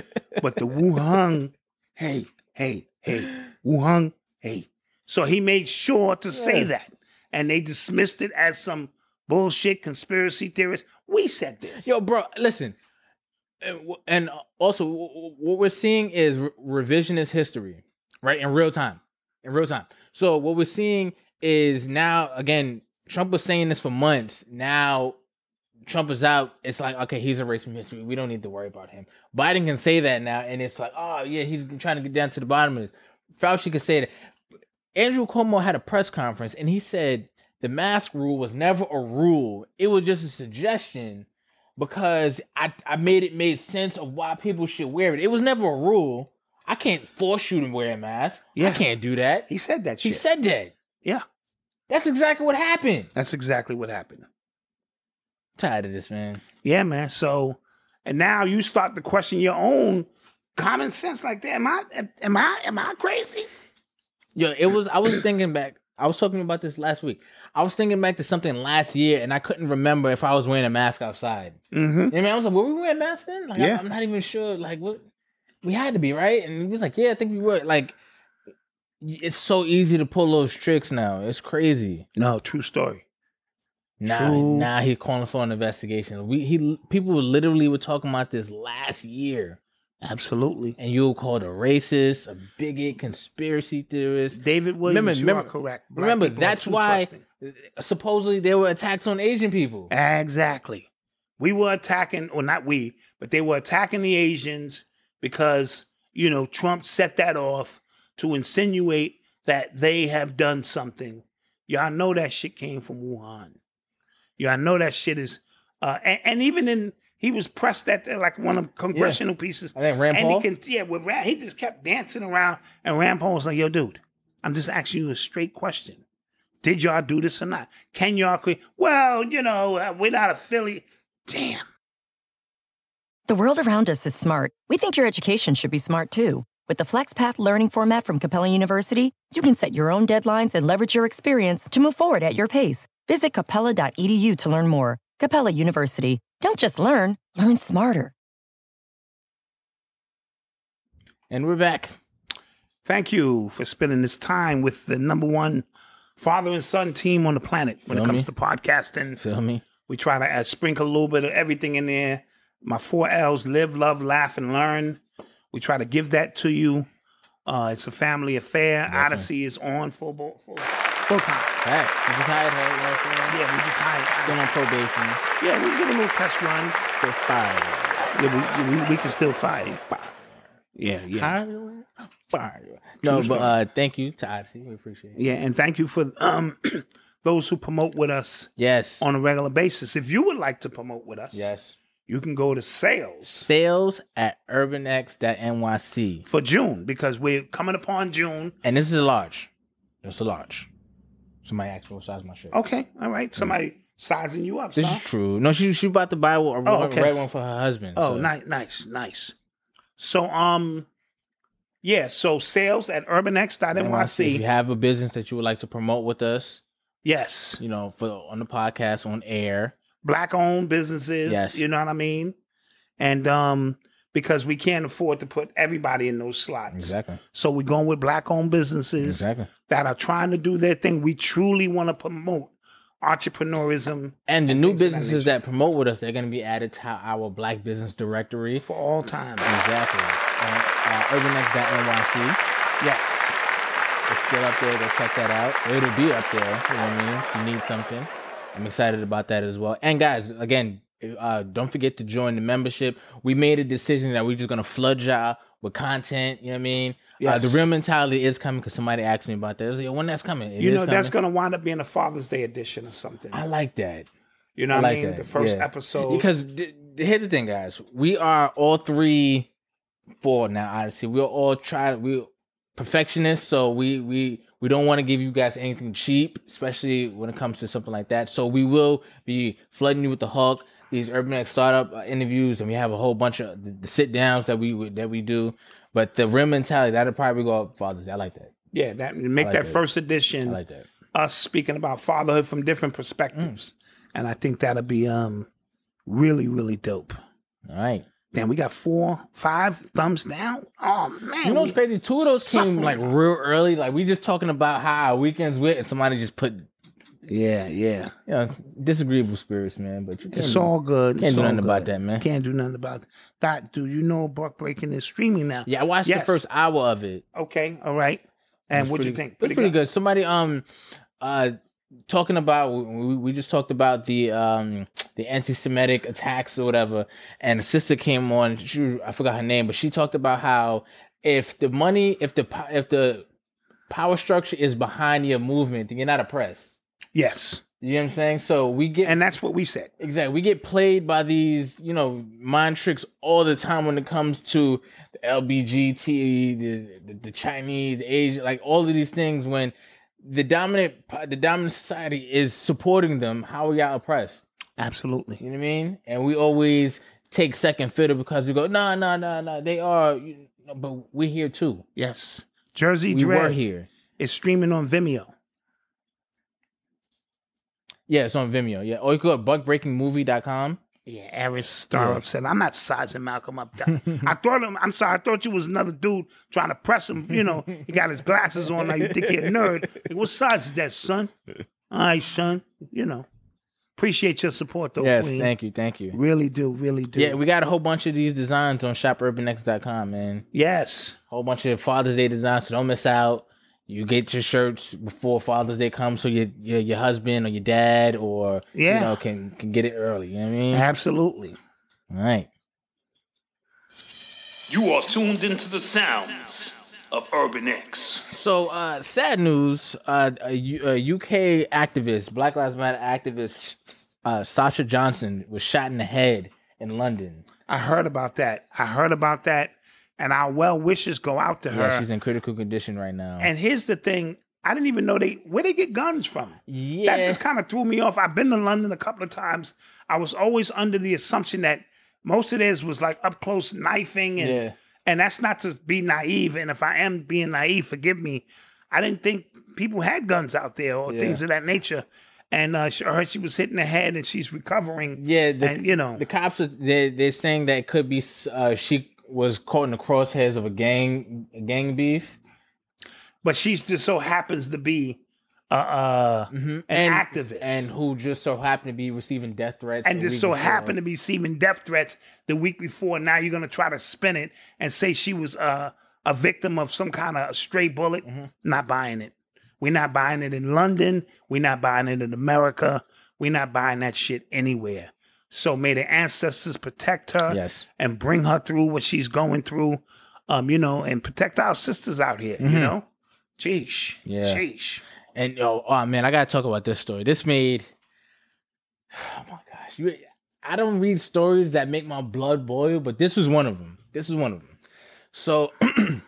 But the Wuhan, hey, hey, hey, Wuhan, hey. So he made sure to say that. And they dismissed it as some bullshit conspiracy theorist. We said this.
Yo, bro, listen. And w- And uh, also, w- w- what we're seeing is re- revisionist history, right? In real time. In real time. So, what we're seeing is now, again, Trump was saying this for months. Now, Trump is out. It's like, okay, he's erased from history. We don't need to worry about him. Biden can say that now. And it's like, oh, yeah, he's trying to get down to the bottom of this. Fauci could say that. Andrew Cuomo had a press conference and he said the mask rule was never a rule. It was just a suggestion because I, I made it made sense of why people should wear it. It was never a rule. I can't force you to wear a mask. I
Yeah.
can't do that.
He said that
He
shit.
said that.
yeah,
That's exactly what happened.
that's exactly what happened.
tired of this, man.
Yeah, man. So, and now you start to question your own common sense. Like, damn, am I, am I, am I crazy?
Yo, it was. I was thinking back. I was talking about this last week. I was thinking back to something last year, and I couldn't remember if I was wearing a mask outside.
Mm-hmm.
You know, what I mean? I was like, "Were we wearing masks then?" Like, I-
Yeah.
I'm not even sure. Like, what we had to be right, and he was like, "Yeah, I think we were." Like, y- it's so easy to pull those tricks now. It's crazy.
No, true story.
Now,
True.
now he's calling for an investigation. We he people literally were talking about this last year,
Absolutely.
and you were called a racist, a bigot, conspiracy theorist.
David Williams,
Remember-
you
remember-
are correct. Black
Remember,
people are
that's
too
why
trusting.
Uh, supposedly there were attacks on Asian people.
Exactly. We were attacking, or not we, but they were attacking the Asians because, you know, Trump set that off to insinuate that they have done something. Y'all know that shit came from Wuhan. Y'all know that shit is, uh, and, and even in, he was pressed at that, like one of congressional pieces.
I think Rand
and
Paul?
He can, yeah, with Rand, he just kept dancing around, and Rand Paul was like, yo, dude, I'm just asking you a straight question. Did y'all do this or not? Can y'all quit? Well, you know, uh, we're not affiliate. Damn.
The world around us is smart. We think your education should be smart too. With the FlexPath learning format from Capella University, you can set your own deadlines and leverage your experience to move forward at your pace. Visit capella.edu to learn more. Capella University. Don't just learn, learn smarter.
And we're back.
Thank you for spending this time with the number one father and son team on the planet when
Feel
it comes
me?
to podcasting.
Feel me?
We try to uh, sprinkle a little bit of everything in there. My four L's live, love, laugh, and learn. We try to give that to you. Uh, it's a family affair. Odyssey is on full, bo- full, full time.
Facts. You just hired her. You know what I'm saying?
Yeah, we just
Still on probation.
hired. Yeah, we give a little test run.
Still fired.
Yeah, we, we, we can still fire you. Yeah, yeah.
Fire. Fire. No, but
story.
uh, thank you to Odyssey. We appreciate it.
Yeah, and thank you for um, those who promote with us
Yes.
on a regular basis. If you would like to promote with us,
Yes.
you can go to sales
Sales at urbanx.nyc.
for June because we're coming upon June.
And this is a large. It's a large. Somebody asked me what size my shirt.
Okay, all right. Somebody sizing you up,
Mm. This
son.
is true. No, she she about to buy a, a
Oh, okay.
red one for her husband. so.
Oh, nice, nice, nice. So, um, yeah. So sales at
NYC. If you
urbanx.nyc.
have a business that you would like to promote with us,
Yes,
you know, for on the podcast, on air,
black-owned businesses.
Yes.
You know what I mean. And um, because we can't afford to put everybody in those slots.
Exactly.
So we're going with black owned businesses
Exactly.
that are trying to do their thing. We truly want to promote entrepreneurism
And the new
things of that
businesses that promote with us, they're going to be added to our Black Business Directory.
for all time.
Exactly. On uh, urbanx.nyc.
Yes.
It's still up there. Go check that out. It'll be up there. You know what I mean? If you need something, I'm excited about that as well. And guys, again, uh, don't forget to join the membership. We made a decision that we're just gonna flood y'all with content. You know what I mean? Uh, the
Yes.
real mentality is coming because somebody asked me about that. It was like, when that's coming, It
You
is
know, that's
coming.
going to wind up being a Father's Day edition or something.
I like that.
You know
I
what I
like
mean?
that.
The first
yeah.
episode.
Because th- th- here's the thing, guys. We are all three, four now. Honestly, we're all try. We perfectionists, so we we we don't want to give you guys anything cheap, especially when it comes to something like that. So we will be flooding you with the Hulk, these Urban X startup uh, interviews, and we have a whole bunch of the, the sit downs that we would that we do. But the real mentality that'll probably go up fathers. I like that.
yeah, that make
like
that
that.
first
I
edition
like that.
us speaking about fatherhood from different
Mm.
perspectives. And I think that'll be um really, really dope.
All right.
Damn, we got four, five thumbs down. Oh man.
You know
we-
what's crazy? Two of those came
Suffering.
like real early. Like we just talking about how our weekends went, and somebody just put
Yeah, yeah.
you know, it's disagreeable spirits, man. But you can't
It's
do-
all good.
can't
It's
do
all
nothing about
good.
that, man.
Can't do nothing about that. Doc, do you know Buck Breaking is streaming now?
Yeah, I watched the
Yes.
first hour of it.
Okay, all right. And
It was
what'd you
pretty-
think?
It was pretty good. Somebody um, uh, talking about we, we just talked about the um the anti-Semitic attacks or whatever, and a sister came on. She was- I forgot her name, but she talked about how if the money, if the po- if the power structure is behind your movement, then you're not oppressed.
Yes.
You know what I'm saying? So we get
And that's what we said.
Exactly. We get played by these, you know, mind tricks all the time when it comes to the LBGT, the the, the Chinese, the Asian, like all of these things. When the dominant po- the dominant society is supporting them, how are y'all oppressed?
Absolutely.
You know what I mean? And we always take second fiddle because we go, nah, nah, nah, nah. They are, you know, but we're here too.
Yes. Jersey
We were
Dread
here.
is streaming on Vimeo.
Yeah, it's on Vimeo. Yeah, or you go to buckbreakingmovie.com.
Yeah, Aris Starr said, I'm not sizing Malcolm up. Doc. I thought him, I'm sorry, I thought you was another dude trying to press him. You know, he got his glasses on like you think you're a nerd. Like, what size is that, son? All right, son. You know, appreciate your support, though.
Yes,
Queen.
thank you, thank you.
Really do, really do.
Yeah, we got a whole bunch of these designs on shopurbanx.com, man.
yes.
whole bunch of Father's Day designs, so don't miss out. You get your shirts before Father's Day comes, so your your, your husband or your dad or you
Yeah.
know can can get it early. You know what I mean?
Absolutely.
All right.
You are tuned into the sounds of Urban X.
So uh, sad news: uh, a, U- a UK activist, Black Lives Matter activist, uh, Sasha Johnson was shot in the head in London.
I heard about that. I heard about that. And our well wishes go out to her.
Yeah, she's in critical condition right now.
And here's the thing: I didn't even know they where they get guns from.
yeah,
That just kind of threw me off. I've been to London a couple of times. I was always under the assumption that most of this was like up close knifing, and
Yeah.
and that's not to be naive. And if I am being naive, forgive me. I didn't think people had guns out there or things of that nature. And uh, she, I heard she was hitting the head, and she's recovering.
Yeah, the,
and, you know.
the cops are they they're saying that it could be uh, she was caught in the crosshairs of a gang gang beef.
but she just so happens to be uh, uh, an
Mm-hmm. And-
activist,
and who just so happened to be receiving death threats
and
a
just
week
so
before.
happened to be receiving death threats the week before. Now you're gonna try to spin it and say she was uh, a victim of some kind of stray bullet.
Mm-hmm.
Not buying it. We're not buying it in London. We're not buying it in America. We're not buying that shit anywhere. So may the ancestors protect her
Yes.
and bring her through what she's going through, um, you know, and protect our sisters out here, you know? Jeesh.
Mm-hmm. Yeah.
Jeesh.
and yo, oh man, I gotta talk about this story. This made oh my gosh, you, I don't read stories that make my blood boil, but this was one of them. This was one of them. So,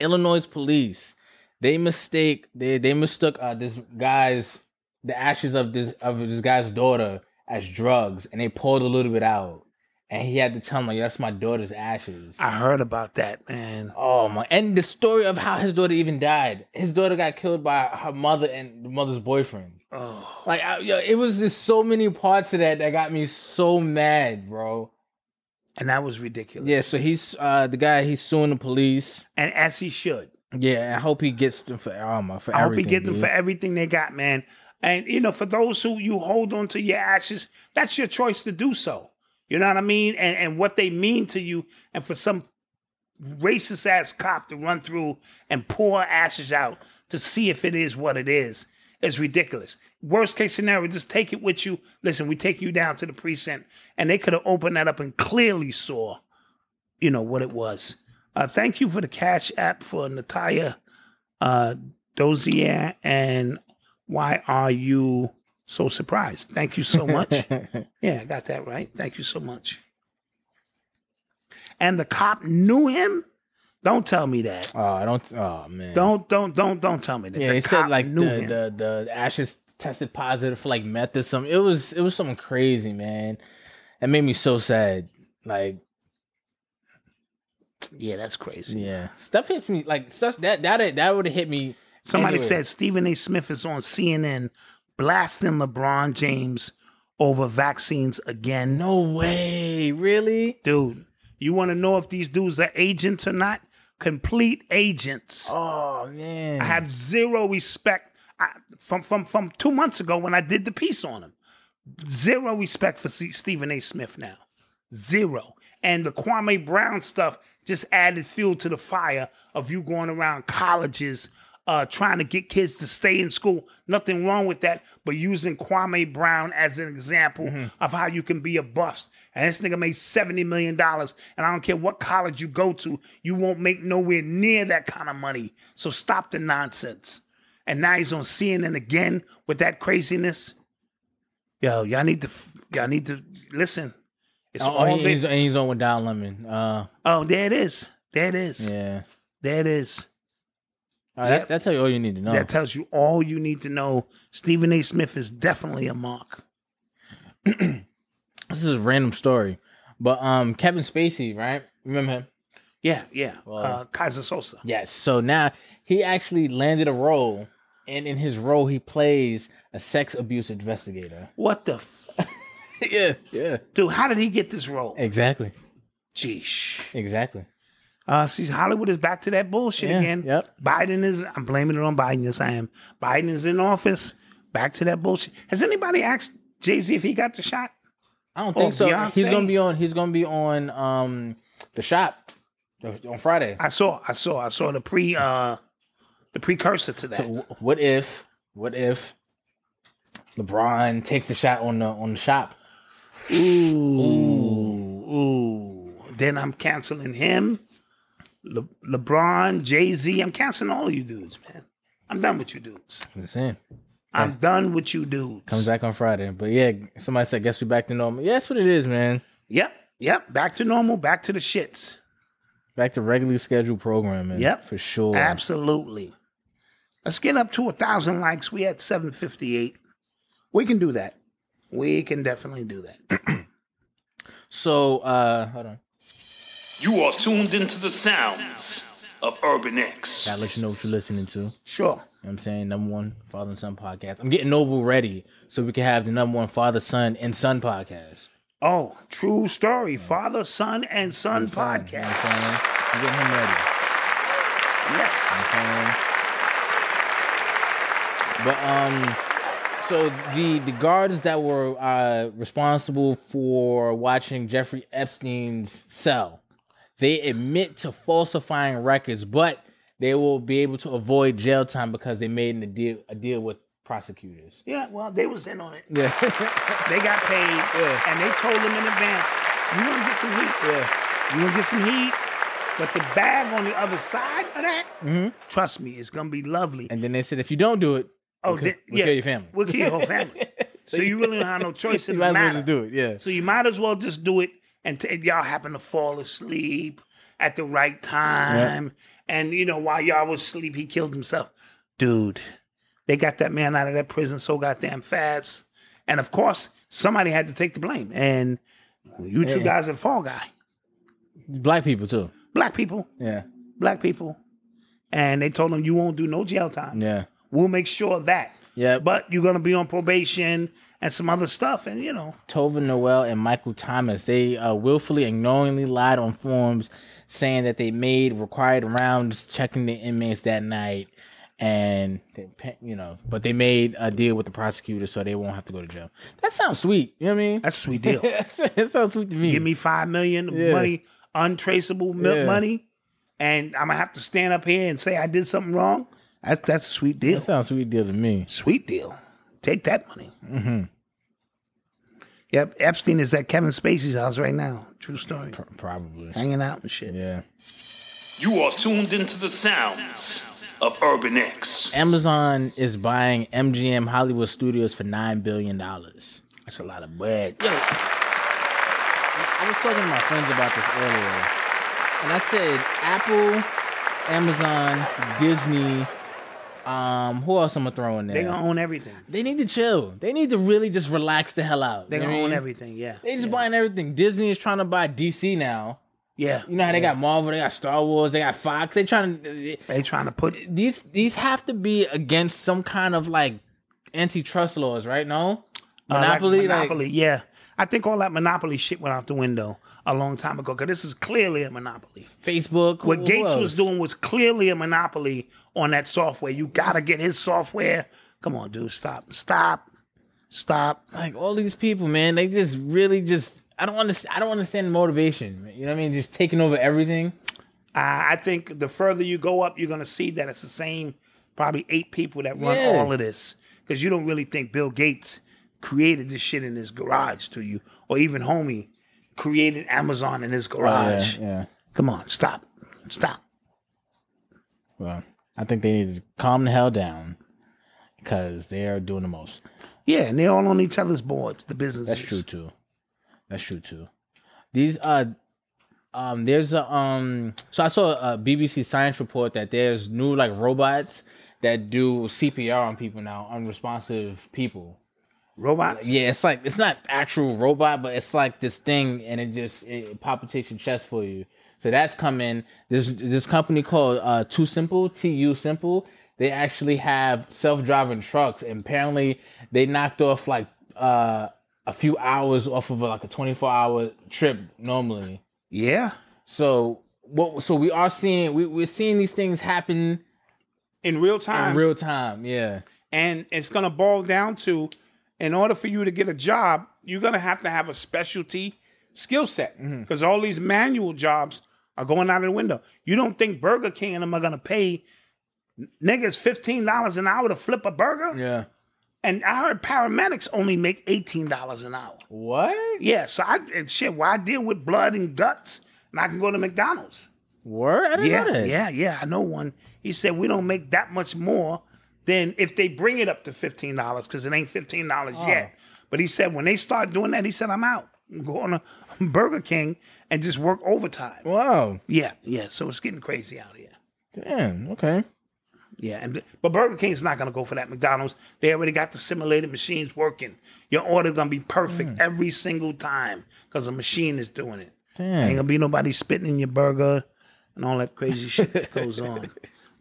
Illinois police they mistake they they mistook uh, this guy's the ashes of this of this guy's daughter as drugs, and they pulled a little bit out, and he had to tell me that's my daughter's ashes.
I heard about that, man.
Oh my! And the story of how his daughter even died. His daughter got killed by her mother and the mother's boyfriend.
Oh.
Like, I, yo, it was just so many parts of that that got me so mad, bro.
and that was ridiculous.
Yeah, so he's uh the guy he's suing the police.
and as he should.
Yeah, I hope he gets them for armor for
I hope he
everything.
get them
dude.
for everything they got, man. And you know, for those who you hold on to your ashes, that's your choice to do so. You know what I mean? And and what they mean to you, and for some racist ass cop to run through and pour ashes out to see if it is what it is is ridiculous. Worst case scenario, just take it with you. Listen, we take you down to the precinct, and they could have opened that up and clearly saw, you know, what it was. Uh, thank you for the cash app for Natalia uh, Dozier and why are you so surprised? Thank you so much. yeah, I got that right. Thank you so much. And the cop knew him. Don't tell me that.
Oh, I don't. Oh man.
Don't don't don't don't tell me that.
Yeah,
the
he said
cop
like
knew him.
the, the the ashes tested positive for like meth or something. It was it was something crazy, man. It made me so sad. Like
yeah, that's crazy.
yeah, stuff hits me like stuff that that that would have hit me.
Somebody
anyway.
said Stephen A. Smith is on CNN blasting LeBron James over vaccines again.
No way, really?
dude. You want to know if these dudes are agents or not? Complete agents.
Oh man,
I have zero respect I, from from from two months ago when I did the piece on him. Zero respect for C- Stephen A. Smith now. Zero. And the Kwame Brown stuff just added fuel to the fire of you going around colleges uh, trying to get kids to stay in school. Nothing wrong with that, but using Kwame Brown as an example of how you can be a bust. And this nigga made $70 million, and I don't care what college you go to, you won't make nowhere near that kind of money. So stop the nonsense. And now he's on CNN again with that craziness. Yo, y'all need to, y'all need to listen. It's
oh,
all
he-
vi-
he's, and he's on with Don Lemon. Uh,
Oh, there it is. There it is.
yeah.
There it is.
Oh, that, that tell you all you need to know.
That tells you all you need to know. Stephen A. Smith is definitely a mark.
this is a random story, but um, Kevin Spacey, right? Remember him?
Yeah, yeah. uh, Kaiser Sosa.
Yes. So now he actually landed a role, and in his role, he plays a sex abuse investigator.
What the f-
yeah. Yeah.
dude? How did he get this role?
Exactly.
Geesh.
Exactly.
Uh, see, Hollywood is back to that bullshit
Yeah,
again.
yep.
Biden is. I'm blaming it on Biden. Yes, I am. Biden is in office. Back to that bullshit. Has anybody asked Jay Z if he got the shot?
I don't
Oh,
think so. He's
Beyonce?
gonna be on. He's gonna be on um the shop uh, on Friday.
I saw. I saw. I saw the pre. uh The precursor to that.
So wh- what if? What if? LeBron takes the shot on the on the shop.
Ooh, ooh. Then I'm canceling him. Le- LeBron, Jay Z. I'm canceling all of you dudes, man. I'm done with you dudes.
I'm saying.
I'm done with you dudes.
Comes back on Friday. But yeah, somebody said, guess we back to normal. Yeah, that's what it is, man.
Yep, yep. Back to normal. Back to the shits.
Back to regularly scheduled programming.
Yep.
For sure.
Absolutely. Let's get up to a thousand likes. We at 758. We can do that. We can definitely do that.
So uh hold on.
You are tuned into the sounds of Urban X.
Gotta let you know what you're listening to. You know
Sure.
what I'm saying? Number one father and son podcast. I'm getting Noble ready so we can have the number one father, son, and son podcast.
Oh, true story. Father, son, and son
Son, you know what
podcast.
I'm saying? I'm getting him ready.
Yes.
Um, but um, so the the guards that were uh, responsible for watching Jeffrey Epstein's cell, they admit to falsifying records, but they will be able to avoid jail time because they made a deal a deal with prosecutors.
Yeah, well, they was in on it.
Yeah,
They got paid, and they told them in advance, you gonna get some heat. You gonna get some heat. But the bag on the other side of that, trust me, it's gonna be lovely.
Mm-hmm. and then they said if you don't do it,
oh,
we'll, ki-
then-
we'll
yeah,
kill your family.
We'll kill your whole family. so, you really don't have no choice in
you
the
might as
matter.
well just do it. Yeah,
So you might as well just do it, and, t- and y'all happen to fall asleep at the right time. And you know, while y'all was asleep, he killed himself. Dude, they got that man out of that prison so goddamn fast. And of course, somebody had to take the blame. And you two guys are the fall guy.
black people too.
Black people,
Yeah,
black people. And they told him you won't do no jail time.
yeah.
We'll make sure of that.
Yeah.
But you're gonna be on probation and some other stuff. And you know,
Tova Noel and Michael Thomas. They uh, willfully and knowingly lied on forms saying that they made required rounds checking the inmates that night. And they, pa- you know, but they made a deal with the prosecutor so they won't have to go to jail. That sounds sweet. You know what I mean?
that's a sweet deal.
that sounds sweet to me.
Give me five million
Yeah.
money, untraceable mi-
Yeah.
money, and I'm gonna have to stand up here and say I did something wrong. That's that's a sweet deal.
that sounds sweet deal to me.
sweet deal. Take that money. Mm-hmm. Yep, Epstein is at Kevin Spacey's house right now. True story.
Pr- Probably.
Hanging out and shit.
Yeah.
You are tuned into the sounds of Urban X.
Amazon is buying MGM Hollywood Studios for nine billion dollars.
That's a lot of bread.
I was talking to my friends about this earlier, and I said Apple, Amazon, Disney, um, who else I'm gonna throw in there?
They gonna own everything.
They need to chill. They need to really just relax the hell out.
They
You know
gonna
what I
own
mean?
everything. Yeah.
They just
yeah.
buying everything. Disney is trying to buy DC now.
Yeah.
You know how they got Marvel, they got Star Wars, they got Fox. They trying to
They trying to put. uh,
these these have to be against some kind of like antitrust laws, right? No,
Uh, like
monopoly, like,
monopoly. yeah. I think all that monopoly shit went out the window a long time ago because this is clearly a monopoly.
Facebook.
What
who
Gates was
else?
doing was clearly a monopoly on that software. You gotta get his software. Come on, dude. Stop. Stop. Stop.
like all these people, man, they just really just. I don't understand. I don't understand the motivation. man. You know what I mean? Just taking over everything.
I I think the further you go up, you're gonna see that it's the same, probably eight people that run
Yeah.
all of this. Because you don't really think Bill Gates created this shit in his garage, do you? Or even Homie created Amazon in his garage.
Oh, yeah.
Come on, stop, stop.
Well, I think they need to calm the hell down because they are doing the most.
Yeah, and they're all on each other's boards. The business.
That's true too. That's true too. These uh um there's a um so I saw a BBC science report that there's new like robots that do CPR on people now, unresponsive people.
Robots.
Yeah, it's like it's not actual robot, but it's like this thing and it just it palpitates your chest for you. So that's coming. This this company called uh Too Simple, T U Simple, they actually have self-driving trucks and apparently they knocked off like uh a few hours off of like a 24 hour trip normally.
Yeah.
So what so we are seeing we, we're seeing these things happen
In real
in
time.
real time. Yeah.
and it's going to boil down to in order for you to get a job you're going to have to have a specialty skill set because all these manual jobs are going out of the window you don't think burger king and them are going to pay n- niggas $15 an hour to flip a burger
Yeah.
and i heard paramedics only make $18 an hour
What?
yeah so i and shit why deal with blood and guts and i can go to mcdonald's
Word? I didn't know
yeah,
that.
yeah, yeah. I know one. He said we don't make that much more than if they bring it up to fifteen dollars because it ain't fifteen dollars yet. But he said when they start doing that, he said I'm out. I'm going to Burger King and just work overtime.
Wow.
Yeah, yeah. So it's getting crazy out here.
Damn. Okay.
Yeah, and but Burger King's not gonna go for that. McDonald's they already got the simulated machines working. Your order gonna be perfect every single time because the machine is doing it. Ain't gonna be nobody spitting in your burger and all that crazy shit that goes on.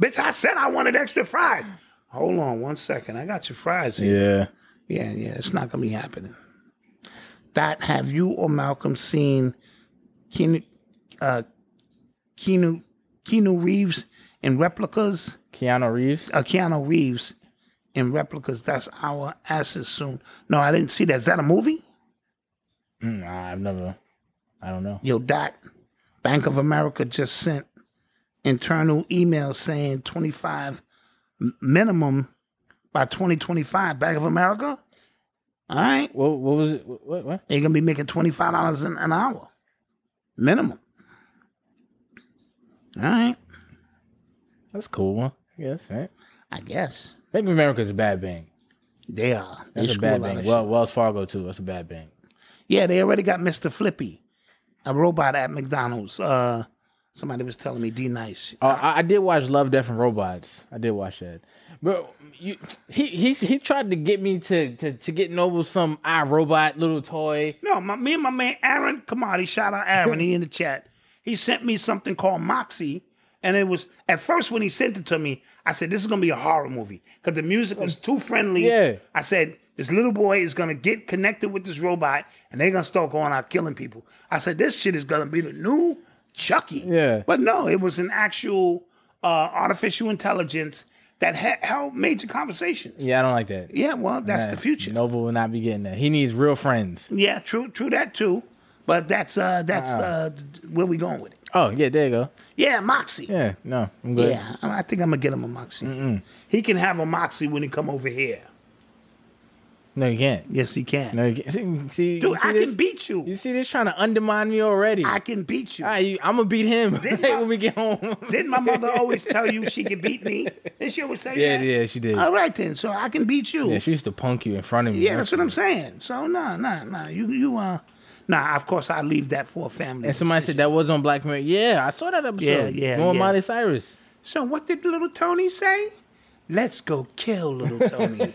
Bitch, I said I wanted extra fries. Hold on one second, I got your fries. Here.
Yeah.
Yeah, yeah, it's not gonna be happening. That have you or Malcolm seen Keanu, uh, Keanu, Keanu Reeves in replicas?
Keanu Reeves.
uh, Keanu Reeves in replicas. That's our asses soon. No, I didn't see that. Is that a movie?
Mm, I've never. I don't know.
Yo, Dot. Bank of America just sent internal email saying 25 m- minimum by 2025. Bank of America? All right.
What? What was it? What? What?
They're going to be making $25 an, an hour minimum. All right.
That's a cool. One. I guess. Right.
I guess
Bank of America is a bad bank.
they are. They
That's a
screw
bad
lot of
bank.
shit.
Well, Wells Fargo too. That's a bad bank.
Yeah, they already got Mr. Flippy, a robot at McDonald's. Uh, somebody was telling me D Nice.
Oh, I, I did watch Love, Death, and Robots. I did watch that. But you, he he he tried to get me to to, to get Noble some iRobot little toy.
No, my, me and my man Aaron Kamadi, shout out Aaron, he in the chat. He sent me something called Moxie, And it was at first when he sent it to me, I said, "This is gonna be a horror movie because the music was too friendly."
Yeah.
I said, "This little boy is gonna get connected with this robot, and they're gonna start going out killing people." I said, "This shit is gonna be the new Chucky."
Yeah.
But no, it was an actual uh, artificial intelligence that ha- held major conversations.
Yeah, I don't like that.
Yeah, well, that's the
Nah,
future.
Nova will not be getting that. He needs real friends.
Yeah, true, true that too. But that's uh that's
Ah.
uh, where we going with it.
Oh yeah, there you go.
Yeah, Moxie. Yeah,
Yeah, no, I'm good.
I I think I'm gonna get him a Moxie. He can have a Moxie when he come over here.
No, you can't.
Yes, he can.
No, you can't. See, see
Dude,
you see
I
this?
can beat you.
You see this trying to undermine me already.
I can beat you.
All right, you, I'm gonna beat him
Didn't
right
I-
when we get home.
Didn't my mother always tell you she could beat me? Did she always say
yeah,
that?
yeah, she did.
All right then, so I can beat you.
Oh. Yeah, she used to punk you in front of me.
Yeah, that's what I'm saying. So nah, nah, nah. You you uh, nah. Of course, I leave that for a family.
And somebody
decision.
said that was on Black Mirror. Yeah, I saw that episode.
Yeah, yeah,
Doing
yeah.
Miley Cyrus.
So what did little Tony say? Let's go kill little Tony.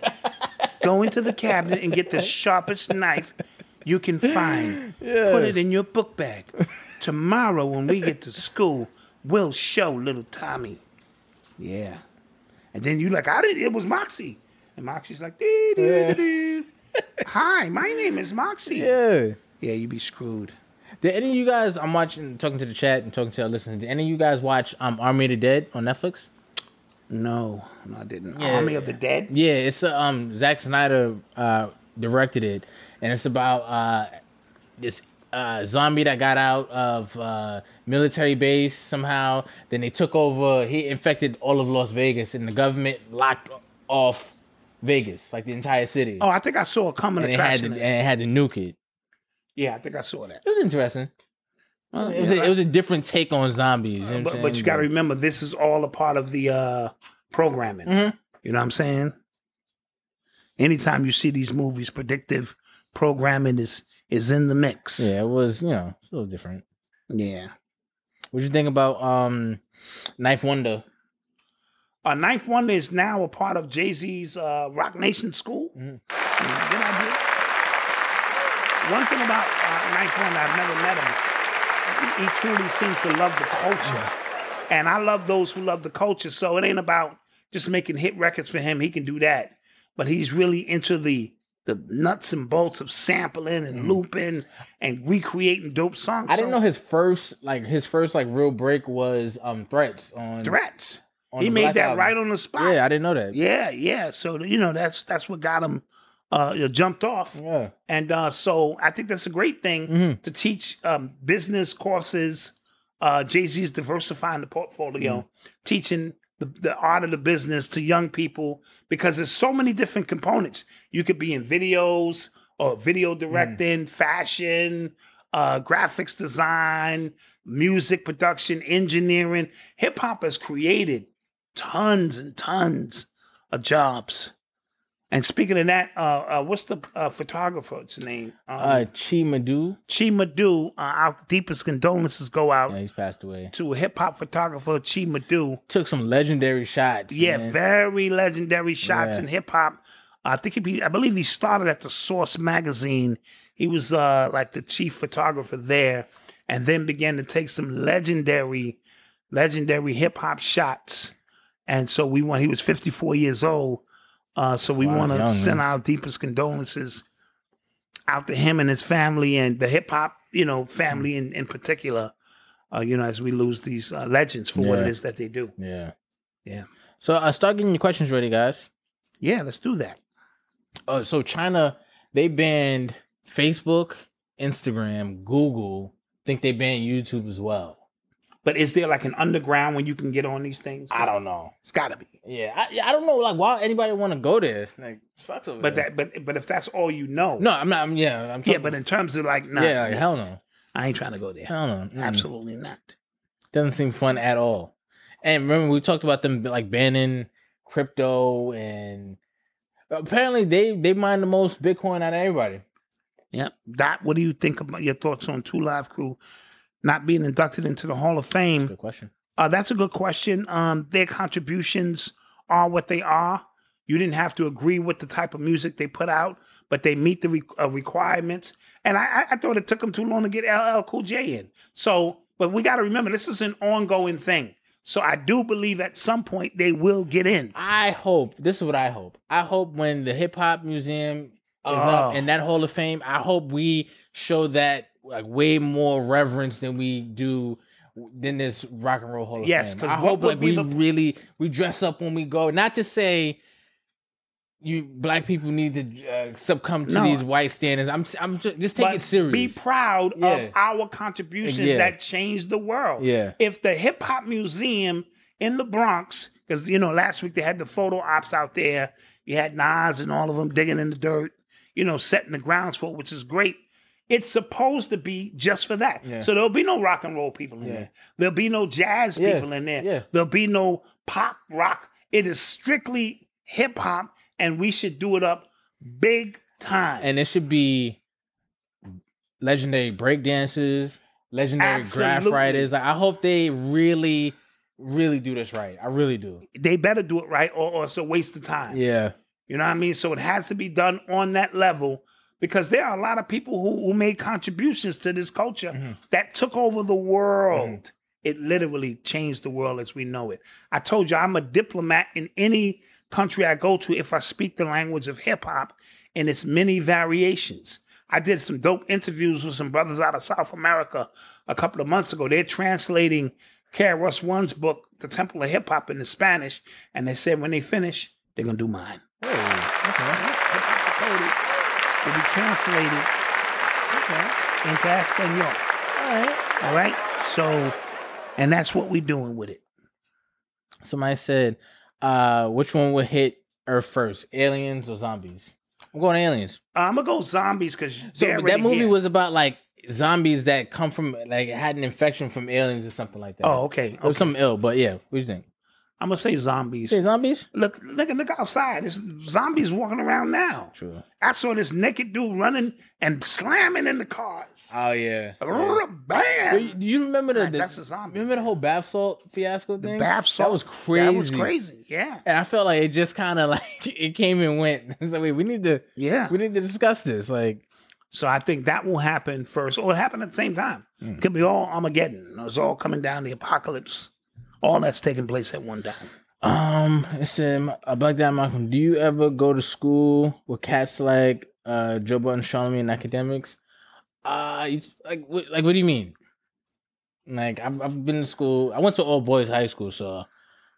go into the cabinet and get the sharpest knife you can find. Put it in your book bag. Tomorrow when we get to school, we'll show little Tommy. Yeah. And then you like, I didn't it was Moxie. And Moxie's like, dee, dee, dee, dee. Hi, my name is Moxie.
Yeah.
yeah you be screwed.
Did any of you guys? I'm watching, talking to the chat and talking to our listeners. Did any of you guys watch um, Army of the Dead on Netflix?
No, no, I didn't.
Yeah.
Army of the Dead?
Yeah, it's uh, um Zack Snyder uh, directed it, and it's about uh, this uh, zombie that got out of uh, military base somehow. Then they took over. He infected all of Las Vegas, and the government locked off Vegas, like the entire city.
Oh, I think I saw a common
and they had to,
attraction.
and they had to nuke it.
yeah, I think I saw that.
It was interesting. it, was a, it was a different take on zombies. You know what I'm
But, but you
saying?
got to remember, this is all a part of the uh, programming. You know what I'm saying? Anytime you see these movies, predictive programming is is in the mix.
yeah, it was you know it's a little different.
yeah.
What you think about um Knife Wonder?
A ninth one is now a part of Jay Z's uh, Rock Nation School.
Mm-hmm.
Yeah, good idea. One thing about uh, Ninth One, I've never met him. He, he truly seems to love the culture, and I love those who love the culture. So it ain't about just making hit records for him. He can do that, but he's really into the the nuts and bolts of sampling and looping and recreating dope songs.
Mm-hmm. I didn't
So-
know his first like his first like real break was um threats on
threats.
on
He
the
made
Black
that
Album.
right on the spot.
Yeah, I didn't know that.
Yeah, yeah. So you know that's that's what got him uh, you know, jumped off.
Yeah.
And uh, so I think that's a great thing to teach um, business courses. Uh, Jay Z's diversifying the portfolio, teaching the, the art of the business to young people because there's so many different components. You could be in videos or video directing, fashion, uh, graphics design, music production, engineering. Hip hop has created tons and tons of jobs. And speaking of that, uh, uh, what's the uh, photographer's name? Um,
Uh Chi Madu.
Chima Du. Uh, our deepest condolences go out
Yeah, he's passed away.
to hip hop photographer Chima Du.
Took some legendary shots.
Yeah,
man.
very legendary shots
Yeah.
in hip hop. I think he, be- I believe he started at the Source magazine. He was uh, like the chief photographer there, and then began to take some legendary, legendary hip hop shots. And so we want. He was fifty four years old. Uh, so we
Wow,
want to
young,
send
man.
our deepest condolences out to him and his family and the hip hop, you
Hmm.
know, family in in particular. Uh, you know, as we lose these uh, legends for what it
Yeah.
is that they do.
Yeah.
Yeah.
So uh, start getting your questions ready, guys.
Yeah, let's do that.
Uh, so China, they banned Facebook, Instagram, Google. think they banned YouTube as well.
But is there like an underground when you can get on these things?
I don't know.
It's got to be.
Yeah, I, yeah, I don't know. Like, why anybody want to go there? Like, sucks over
But
there.
that, but but if that's all you know,
No, I'm not. I'm, yeah, I'm.
Yeah,
talking-
but in terms of like, nah,
yeah, like, hell no,
I ain't trying to go there.
hell no, Mm.
Absolutely not.
doesn't seem fun at all. And remember, we talked about them like banning crypto, and apparently they they mine the most Bitcoin out of everybody.
Yeah, Dot, what do you think about your thoughts on Two Live Crew not being inducted into the Hall of Fame?
Good question.
Uh, that's a good question. Um, their contributions are what they are. You didn't have to agree with the type of music they put out, but they meet the re- uh, requirements. And I, I, I thought it took them too long to get LL Cool J in. So, but we got to remember this is an ongoing thing. So I do believe at some point they will get in.
I hope this is what I hope. I hope when the hip hop museum is up
Oh.
and that Hall of Fame, I hope we show that like way more reverence than we do than this Rock and Roll Hall of
Yes,
Fame.
'cause
I
what
hope
would
like
be
we
the-
really we dress up when we go. Not to say you black people need to uh, succumb to
No.
these white standards. I'm I'm just, just take
But
it serious.
Be proud
Yeah.
of our contributions
Yeah.
that changed the world.
Yeah.
If the hip hop museum in the Bronx, because you know, last week they had the photo ops out there, you had Nas and all of them digging in the dirt, you know, setting the grounds for it, which is great. It's supposed to be just for that.
Yeah.
So there'll be no rock and roll people in
Yeah.
there. There'll be no jazz
Yeah.
people in there.
Yeah.
There'll be no pop rock. It is strictly hip hop, and we should do it up big time.
and it should be legendary breakdancers, legendary
Absolutely.
graph writers. Like, I hope they really, really do this right. I really do.
they better do it right or, or it's a waste of time.
Yeah,
You know what I mean? So it has to be done on that level because there are a lot of people who, who made contributions to this culture that took over the world. It literally changed the world as we know it. I told you I'm a diplomat in any country I go to if I speak the language of hip hop and its many variations. I did some dope interviews with some brothers out of South America a couple of months ago. They're translating Kara Russ One's book, The Temple of Hip Hop, into Spanish. And they said when they finish, they're going to do mine. Coded will be translated into Espanol. All right. So, and that's what we're doing with it.
somebody said, uh, which one would hit Earth first, aliens or zombies? I'm going aliens.
I'm gonna Uh, go zombies because
So that movie was about like zombies that come from like had an infection from aliens or something like that.
Oh, okay.
It was something ill, but yeah. What do you think?
I'm gonna say zombies.
Say zombies?
Look, look, look outside. There's zombies walking around now.
True.
I saw this naked dude running and slamming in the cars.
Oh yeah.
Bam!
Do you, do you remember the,
Right,
the-
that's a zombie.
Remember the whole bath salt fiasco thing?
Bath salt.
That was crazy.
That was crazy. Yeah.
And I felt like it just kind of like it came and went. I was like, wait, we need to,
Yeah.
we need to discuss this. Like,
So I think that will happen first, or it happened at the same time. It could be all Armageddon. It's all coming down the apocalypse. All that's taking place at one time.
um, it said, uh, Black Dad Malcolm, do you ever go to school with cats like uh Joe Button, Charlamagne, and academics? Uh, it's like, what, like, what do you mean? Like, I've I've been to school. I went to all boys high school, so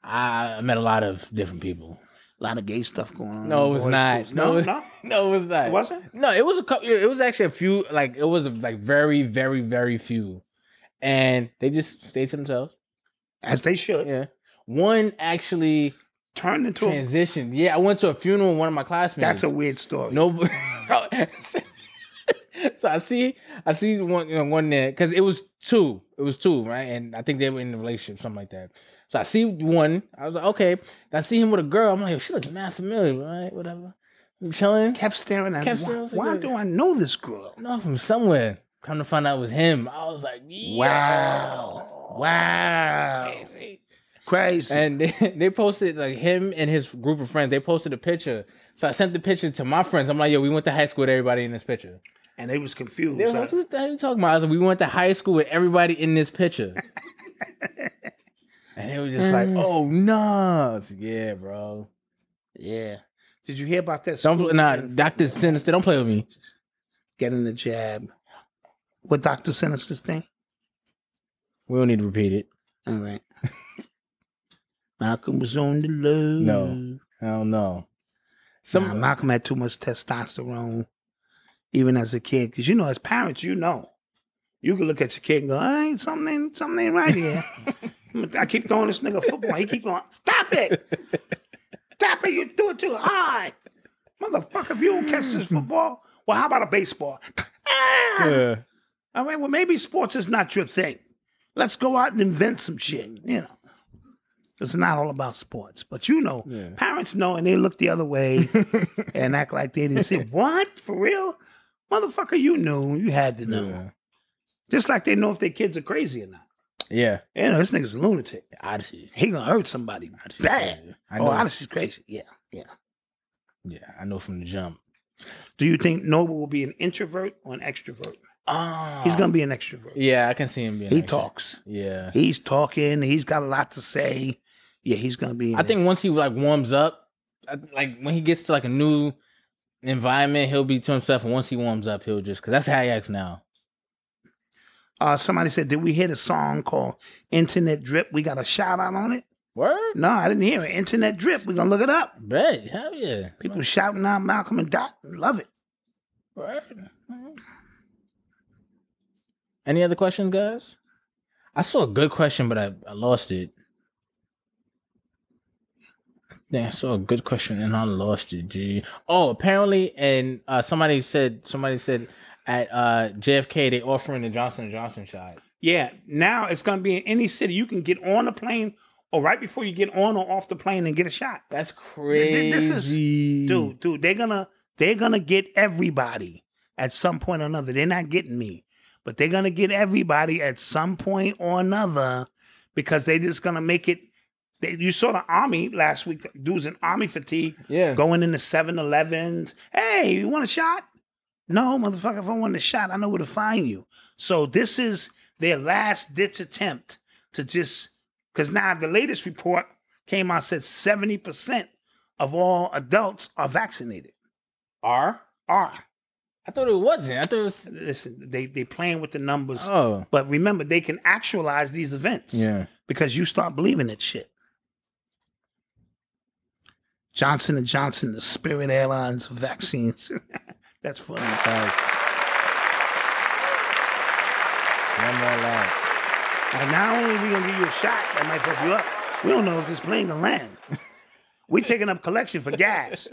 I met a lot of different people.
A lot of gay stuff going on.
No,
in
it was
boys'
not.
schools.
No,
No,
it-
no.
no, it was not.
It wasn't?
No, it was a couple. It was actually a few. Like it was like very, very, very few, and they just stayed to themselves.
As they should.
Yeah, one actually
Turned into a.
transitioned. Yeah, I went to a funeral. of One of my classmates.
That's a weird story.
no. so I see, I see one, you know, one there because it was two. It was two, right? And I think they were in a relationship, something like that. So I see one. I was like, okay. I see him with a girl. I'm like, she looks mad familiar, right? Whatever. I'm chilling.
Kept staring at
Kept
why,
staring, I was like,
why
"Yo."
do I know this girl?
No, from somewhere. Come to find out it was him. I was like, wow.
Wow. Crazy.
And they, they posted like him and his group of friends. They posted a picture. So I sent the picture to my friends. I'm like, yo, we went to high school with everybody in this picture.
And they was confused. Uh,
They was
like,
like, what the hell you talking about? I was like, we went to high school with everybody in this picture. and they were just like, oh no. yeah, bro. Yeah.
Did you hear about that? school
Don't nah,
getting-
Dr. Sinister, don't play with me.
getting the jab. What Dr. Sinister's thing?
We don't need to repeat it.
All right. Malcolm was on the low.
No. I don't know.
Nah, Malcolm had too much testosterone, even as a kid. Because you know, as parents, you know, you can look at your kid and go, "Hey, something, ain't- something ain't right here." I keep throwing this nigga football. He keep going, "Stop it, stop it! You do it too high, motherfucker! If you don't catch this football, well, how about a baseball? Ah!
Yeah.
All right, well, maybe sports is not your thing. Let's go out and invent some shit,
Mm.
you know. It's not all about sports, but you know, parents know and they look the other way and act like they didn't see. What? For real? Motherfucker, you knew. You had to know.
Yeah.
Just like they know if their kids are crazy or not.
yeah.
You know, this nigga's a lunatic.
Odyssey.
He gonna hurt somebody bad.
crazy. I
Oh,
know.
Odyssey's crazy. Yeah, yeah.
Yeah, I know from the jump.
Do you think Noble will be an introvert or an extrovert?
Oh.
He's gonna be an extrovert.
Yeah, I can see him being.
he
an extra-
talks.
Yeah.
He's talking. He's got a lot to say. Yeah, he's gonna be.
I think once he like warms up, I- like when he gets to like a new environment, he'll be to himself. And once he warms up, he'll just because that's how he acts now.
uh, somebody said, "Did we hear the song called Internet Drip? We got a shout out on it."
Word,
No, I didn't hear it. Internet Drip. We're gonna look it up.
bet, hell yeah,
People shouting out Malcolm and Doc. Love it.
word. Any other questions, guys? I saw a good question, but I, I lost it. Dang, I saw a good question and I lost it. G. Oh, apparently, and uh, somebody said somebody said at uh, JFK they offering the Johnson and Johnson shot.
Yeah, now it's gonna be in any city. You can get on a plane or right before you get on or off the plane and get a shot.
That's
Th-
crazy.
th- This is dude, dude. They're gonna they're gonna get everybody at some point or another. They're not getting me, but they're gonna get everybody at some point or another because they're just gonna make it. They, you saw the army last week. Dudes in army fatigue
Yeah.
going into 7-Elevens. Hey, you want a shot? No, motherfucker. If I want a shot, I know where to find you. So this is their last ditch attempt to just because now the latest report came out said 70% of all adults are vaccinated.
R?
Are.
I thought it wasn't. I thought it was.
Listen, they they playing with the numbers.
Oh.
But remember, they can actualize these events
Yeah.
because you start believing that shit. Johnson and Johnson, the Spirit Airlines vaccines. That's funny.
One more line.
Like, not only we gonna give you a shot that might fuck you up, we don't know if this plane gonna land. We taking up collection for gas.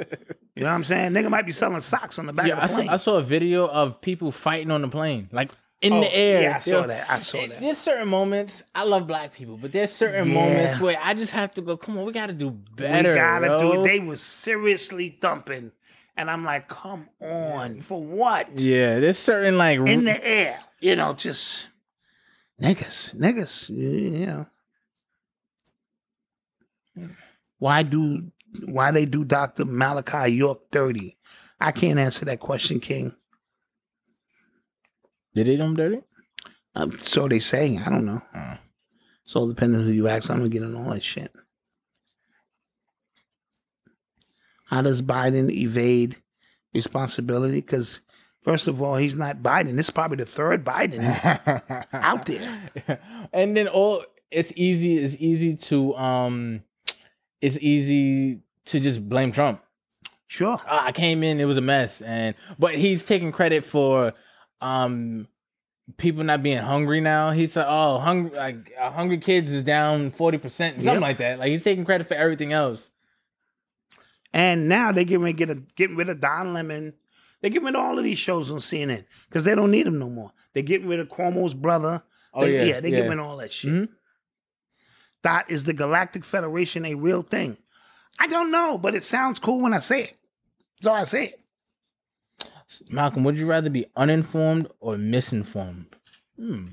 You know what I'm saying? Nigga might be selling socks on the back
Yeah, I
of the
saw,
plane.
I saw a video of people fighting on the plane, like in
Oh,
the air.
Yeah, I saw
Yo,
that. I saw that.
There's certain moments. I love black people, but there's certain
Yeah.
moments where I just have to go. Come on, we gotta do better.
we gotta
yo."
do. They was seriously thumping, and I'm like, come on, for what?
yeah, there's certain like
In the air, you know, just niggas, niggas, you know. Why do why they do Doctor Malachi York dirty? I can't answer that question, King.
did they do them dirty?
Um, so they say. I don't know. It's all depending on who you ask. I'm gonna get in all that shit. How does Biden evade responsibility? Because first of all, he's not Biden. This is probably the third
Hmm.
Biden out there.
and then all it's easy it's easy to um it's easy to just blame trump
Sure.
Ah, i came in it was a mess and but he's taking credit for um people not being hungry now he said oh hungry like uh, hungry kids is down 40% something
Yep.
like that like he's taking credit for everything else
And now they getting rid get a, getting rid of Don Lemon. They getting rid of all of these shows on CNN because they don't need them no more. They getting rid of Cuomo's brother.
Oh,
They-
yeah,
yeah. They
yeah.
getting rid of all that shit.
Mhm.
Dot is the Galactic Federation a real thing? I don't know, but it sounds cool when I say it. So I say it.
malcolm would you rather be uninformed or misinformed hmm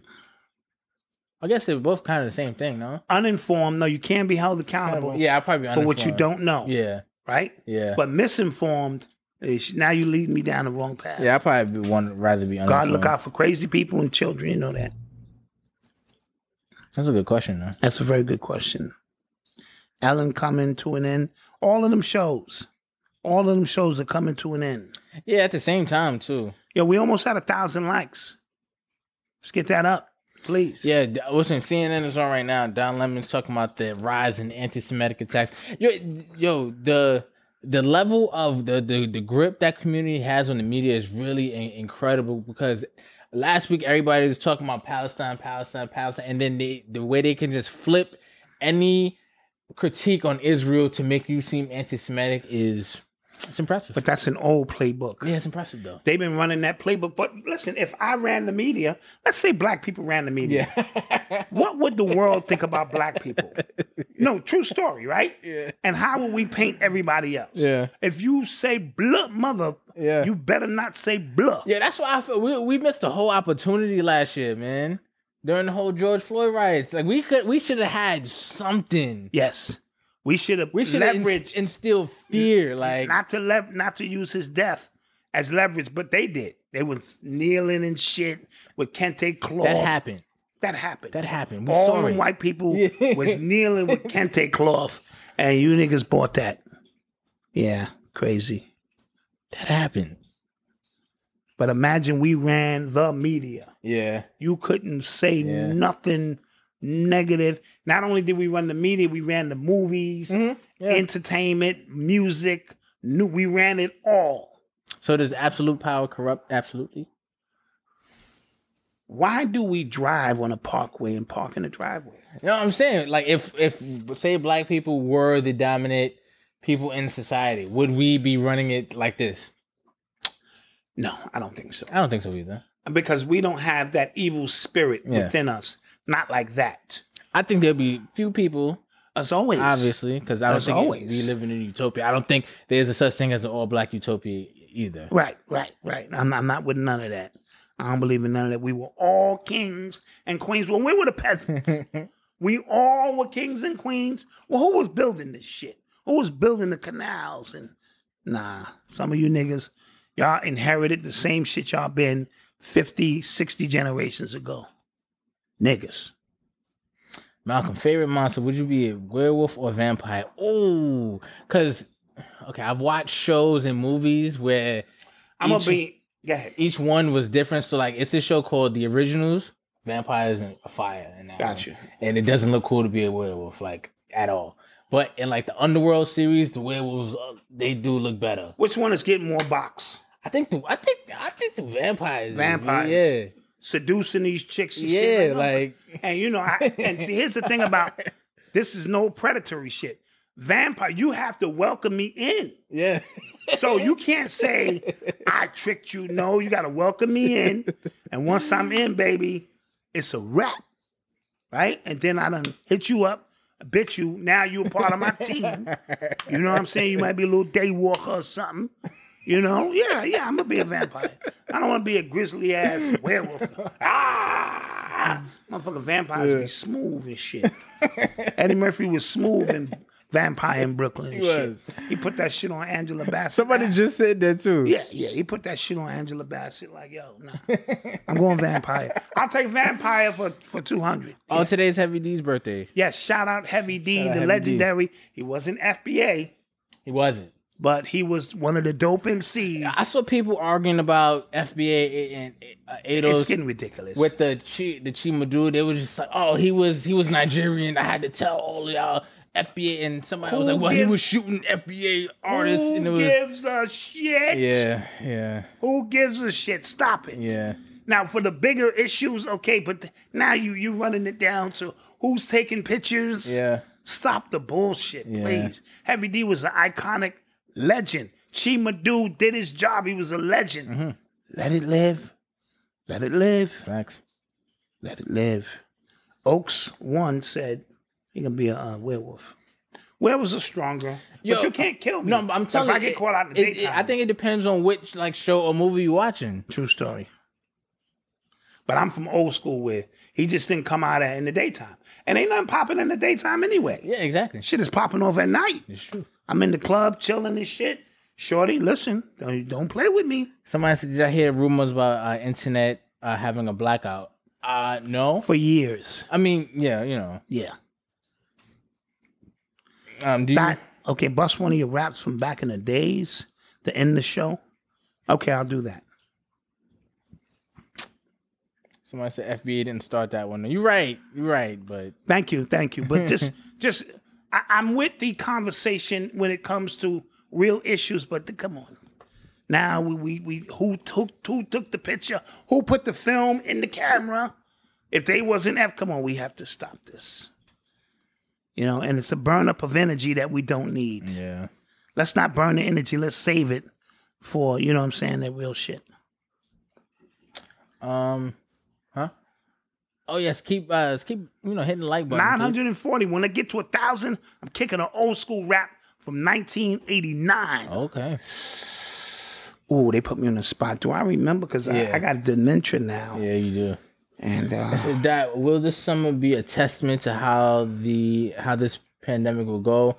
i guess they're both kind of the same thing no
Uninformed, no, you can't be held accountable.
yeah i'd probably be
for what you
uninformed.
don't know.
yeah
right.
yeah
But misinformed is now you lead me down the wrong path.
Yeah, I probably be one rather be
God,
uninformed.
look out for crazy people and children. You know that.
That's a good question, though.
That's a very good question. Ellen coming to an end. All of them shows. All of them shows are coming to an end.
Yeah, at the same time too.
Yo, we almost had a thousand likes. Let's get that up, please.
Yeah, d- listen, CNN is on right now. Don Lemon's talking about the rise in anti-Semitic attacks. Yo, yo, the the level of the the, the grip that community has on the media is really in- incredible because last week everybody was talking about Palestine, Palestine, Palestine, and then they the way they can just flip any critique on Israel to make you seem anti-Semitic is it's impressive.
But that's an old playbook.
yeah, it's impressive though.
They've been running that playbook. But listen, if I ran the media, let's say black people ran the media. what would the world think about black people? No, true story, right? Yeah. And how would we paint everybody else?
Yeah.
If you say blood mother,
Yeah.
you better not say blood.
Yeah, that's why I feel we we missed a whole opportunity last year, man. During the whole George Floyd riots, like we could we should have had something.
Yes. We should have
We should have
leveraged
instilled fear, like
not to lev- not to use his death as leverage, but they did. They was kneeling and shit with Kente cloth.
That happened.
That happened.
That happened. We
All
saw
them
it.
white people
Yeah.
was kneeling with Kente cloth, and you niggas bought that. Yeah, crazy.
That happened.
But imagine we ran the media.
Yeah.
You couldn't say
Yeah.
nothing negative. Not only did we run the media, we ran the movies,
Yeah.
entertainment, music. New, we ran it all.
So does absolute power corrupt absolutely?
Why do we drive on a parkway and park in a driveway?
You know what I'm saying? Like if if say black people were the dominant people in society, would we be running it like this?
No, I don't think so.
I don't think so either.
Because we don't have that evil spirit
Yeah.
within us. Not like that.
I think there'll be few people,
As always.
obviously, because I don't
As
think
always.
we live in a utopia. I don't think there's a such thing as an all black utopia either.
Right, right, right. I'm, I'm not with none of that. I don't believe in none of that. We were all kings and queens. Well, we were the peasants. we all were kings and queens. Well, who was building this shit? Who was building the canals? And nah, some of you niggas, y'all inherited the same shit y'all been 50, 60 generations ago. Niggas.
Malcolm, favorite monster? Would you be a werewolf or vampire? Oh, because okay, I've watched shows and movies where
I'm
Each-
gonna be. Go ahead.
each one was different. So like, it's a show called The Originals. Vampires and fire, and that one.
Gotcha.
And it doesn't look cool to be a werewolf, like at all. But in like the Underworld series, the werewolves uh, they do look better.
Which one is getting more box?
I think the I think I think the vampires.
Vampires.
Yeah.
Seducing these chicks and shit.
Yeah,
no,
like
And you know, I, and see, here's the thing about this is no predatory shit. Vampire, you have to welcome me in.
yeah.
So you can't say I tricked you. No, you got to welcome me in. And once I'm in, baby, it's a wrap, right? And then I done hit you up, bit you. Now you're part of my team. You know what I'm saying? You might be a little day walker or something. You know? Yeah, yeah. I'm gonna be a vampire. I don't want to be a grizzly ass werewolf. Ah, motherfucker, vampires be smooth and shit. Eddie Murphy was smooth and. Vampire in Brooklyn and
He
shit.
was.
He put that shit on Angela Bassett.
just said that too.
Yeah, yeah. He put that shit on Angela Bassett. Like, yo, nah. I'm going vampire. I'll take vampire for, for 200.
On today's Heavy D's birthday,
Yes, shout out Heavy D,
out
the
Heavy D.
legendary. He wasn't FBA,
he wasn't.
but he was one of the dope MCs.
I saw people arguing about FBA and uh,
It's
80s
getting ridiculous.
with the chi, the Chima dude. They were just like, oh, he was he was Nigerian. I had to tell all of y'all FBA and somebody was
Who
like, well, he
gives-
was shooting FBA artists,
Who
and it was
gives a shit?
yeah, yeah,
Who gives a shit? Stop it.
yeah.
Now for the bigger issues, okay, but th- now you you running it down to who's taking pictures.
Yeah.
Stop the bullshit,
Yeah.
please. Heavy D was an iconic legend. Chima Dude did his job. He was a legend.
Mm-hmm.
Let it live. Let it live.
Facts.
Let it live. Oaks one said he can be a uh, werewolf. Werewolves are stronger,
Yo,
but you can't kill me.
No, but I'm telling
if
you,
I get
it-
caught out in the
it- it-
daytime.
I think it depends on which like show or movie you're watching.
True story. But I'm from old school where he just didn't come out at- in the daytime. And ain't nothing popping in the daytime anyway.
Yeah, exactly.
Shit is popping off at night.
It's true.
I'm in the club chilling and shit. Shorty, listen, don't, don't play with me.
Somebody said, "Did I hear rumors about uh, internet uh, having a blackout?" Uh, no.
For years.
I mean, yeah, you know.
Yeah.
Um, do you?
That, okay, bust one of your raps from back in the days to end the show. Okay, I'll do that.
Somebody said FBA didn't start that one. You're right. You're right. But
Thank you, thank you. But just, just, I, I'm with the conversation when it comes to real issues. But the, come on, now we, we we who took who took the picture, who put the film in the camera? If they wasn't F, come on, we have to stop this. You know, and it's a burn up of energy that we don't need.
yeah,
Let's not burn the energy. Let's save it for you know what I'm saying that real shit.
um, huh? Oh yes, keep uh, keep you know hitting the like button.
Nine
please.
hundred and forty. When I get to a thousand, I'm kicking an old school rap from 1989.
Okay.
Ooh, they put me on the spot. Do I remember? Because
Yeah.
I, I got dementia now.
Yeah, you do.
And uh,
Is that will this summer be a testament to how the how this pandemic will go?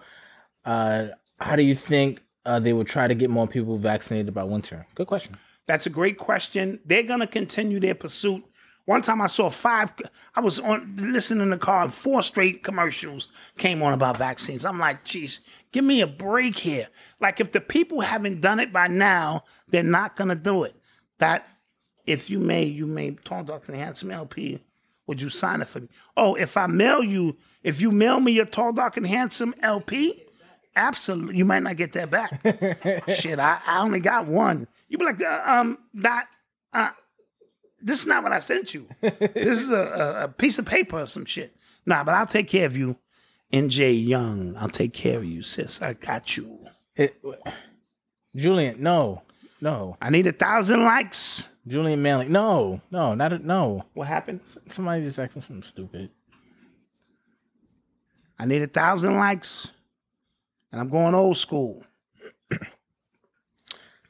Uh, how do you think uh, they would try to get more people vaccinated by winter? Good question.
That's a great question. They're going to continue their pursuit. One time I saw five, I was on listening in the car, and four straight commercials came on about vaccines. I'm like, geez, give me a break here. Like, if the people haven't done it by now, they're not going to do it. That, if you may, you may, Tall, Dark, and Handsome LP, would you sign it for me? Oh, if I mail you, if you mail me your Tall, Dark, and Handsome LP, absolutely, you might not get that back. Shit, I, I only got one. You'd be like, uh, um, that, uh, this is not what I sent you. this is a, a, a piece of paper or some shit. Nah, but I'll take care of you. NJ Young, I'll take care of you, sis. I got you.
It, Julian, no, no.
I need a thousand likes.
Julian Manley, no, no, not a, no.
What happened?
Somebody just acting something stupid.
I need a thousand likes. And I'm going old school.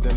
then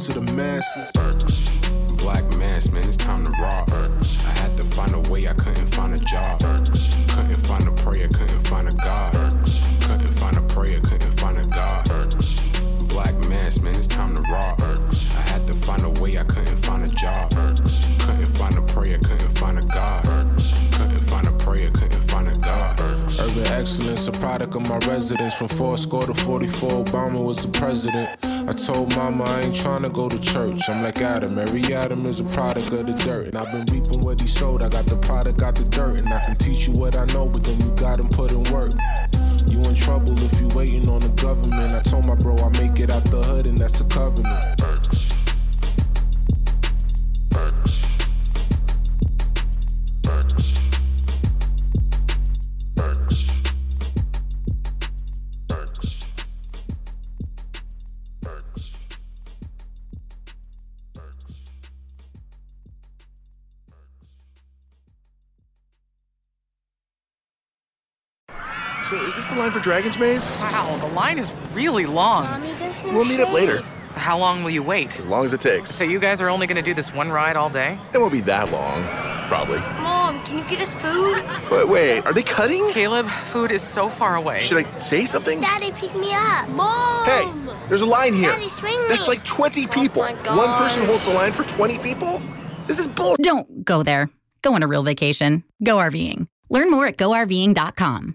to the masses.
Black mass, man, it's time to raw. I had to find a way, I couldn't find a job. Couldn't find a prayer, couldn't find a God. Couldn't find a prayer, couldn't find a God. Black mass, man, it's time to raw. I had to find a way, I couldn't find a job. Couldn't find a prayer, couldn't find a God. Couldn't find a prayer, couldn't find a God.
Urban excellence, a product of my residence. From four score to 44, Obama was the president. I told mama I ain't tryna go to church. I'm like Adam, every Adam is a product of the dirt. And I've been reaping what he sowed. I got the product, got the dirt. And I can teach you what I know, but then you got him put in work. You in trouble if you waiting on the government. I told my bro I make it out the hood, and that's a covenant.
So, is this the line for Dragon's Maze?
Wow, the line is really long.
Mommy, there's no
We'll meet up
shade.
later,
How long will you wait?
as long as it takes.
So you guys are only going to do this one ride all day?
It won't be that long, probably.
Mom, can you get us food?
But wait, are they cutting?
Caleb, food is so far away.
Should I say something?
Daddy, pick me up. Mom!
Hey, there's a line here.
Daddy, swing me. Oh
That's like 20 people.
my
One person
gosh.
holds the line for 20 people? This is bull.
Don't go there. Go on a real vacation. Go RVing. Learn more at gorving.com.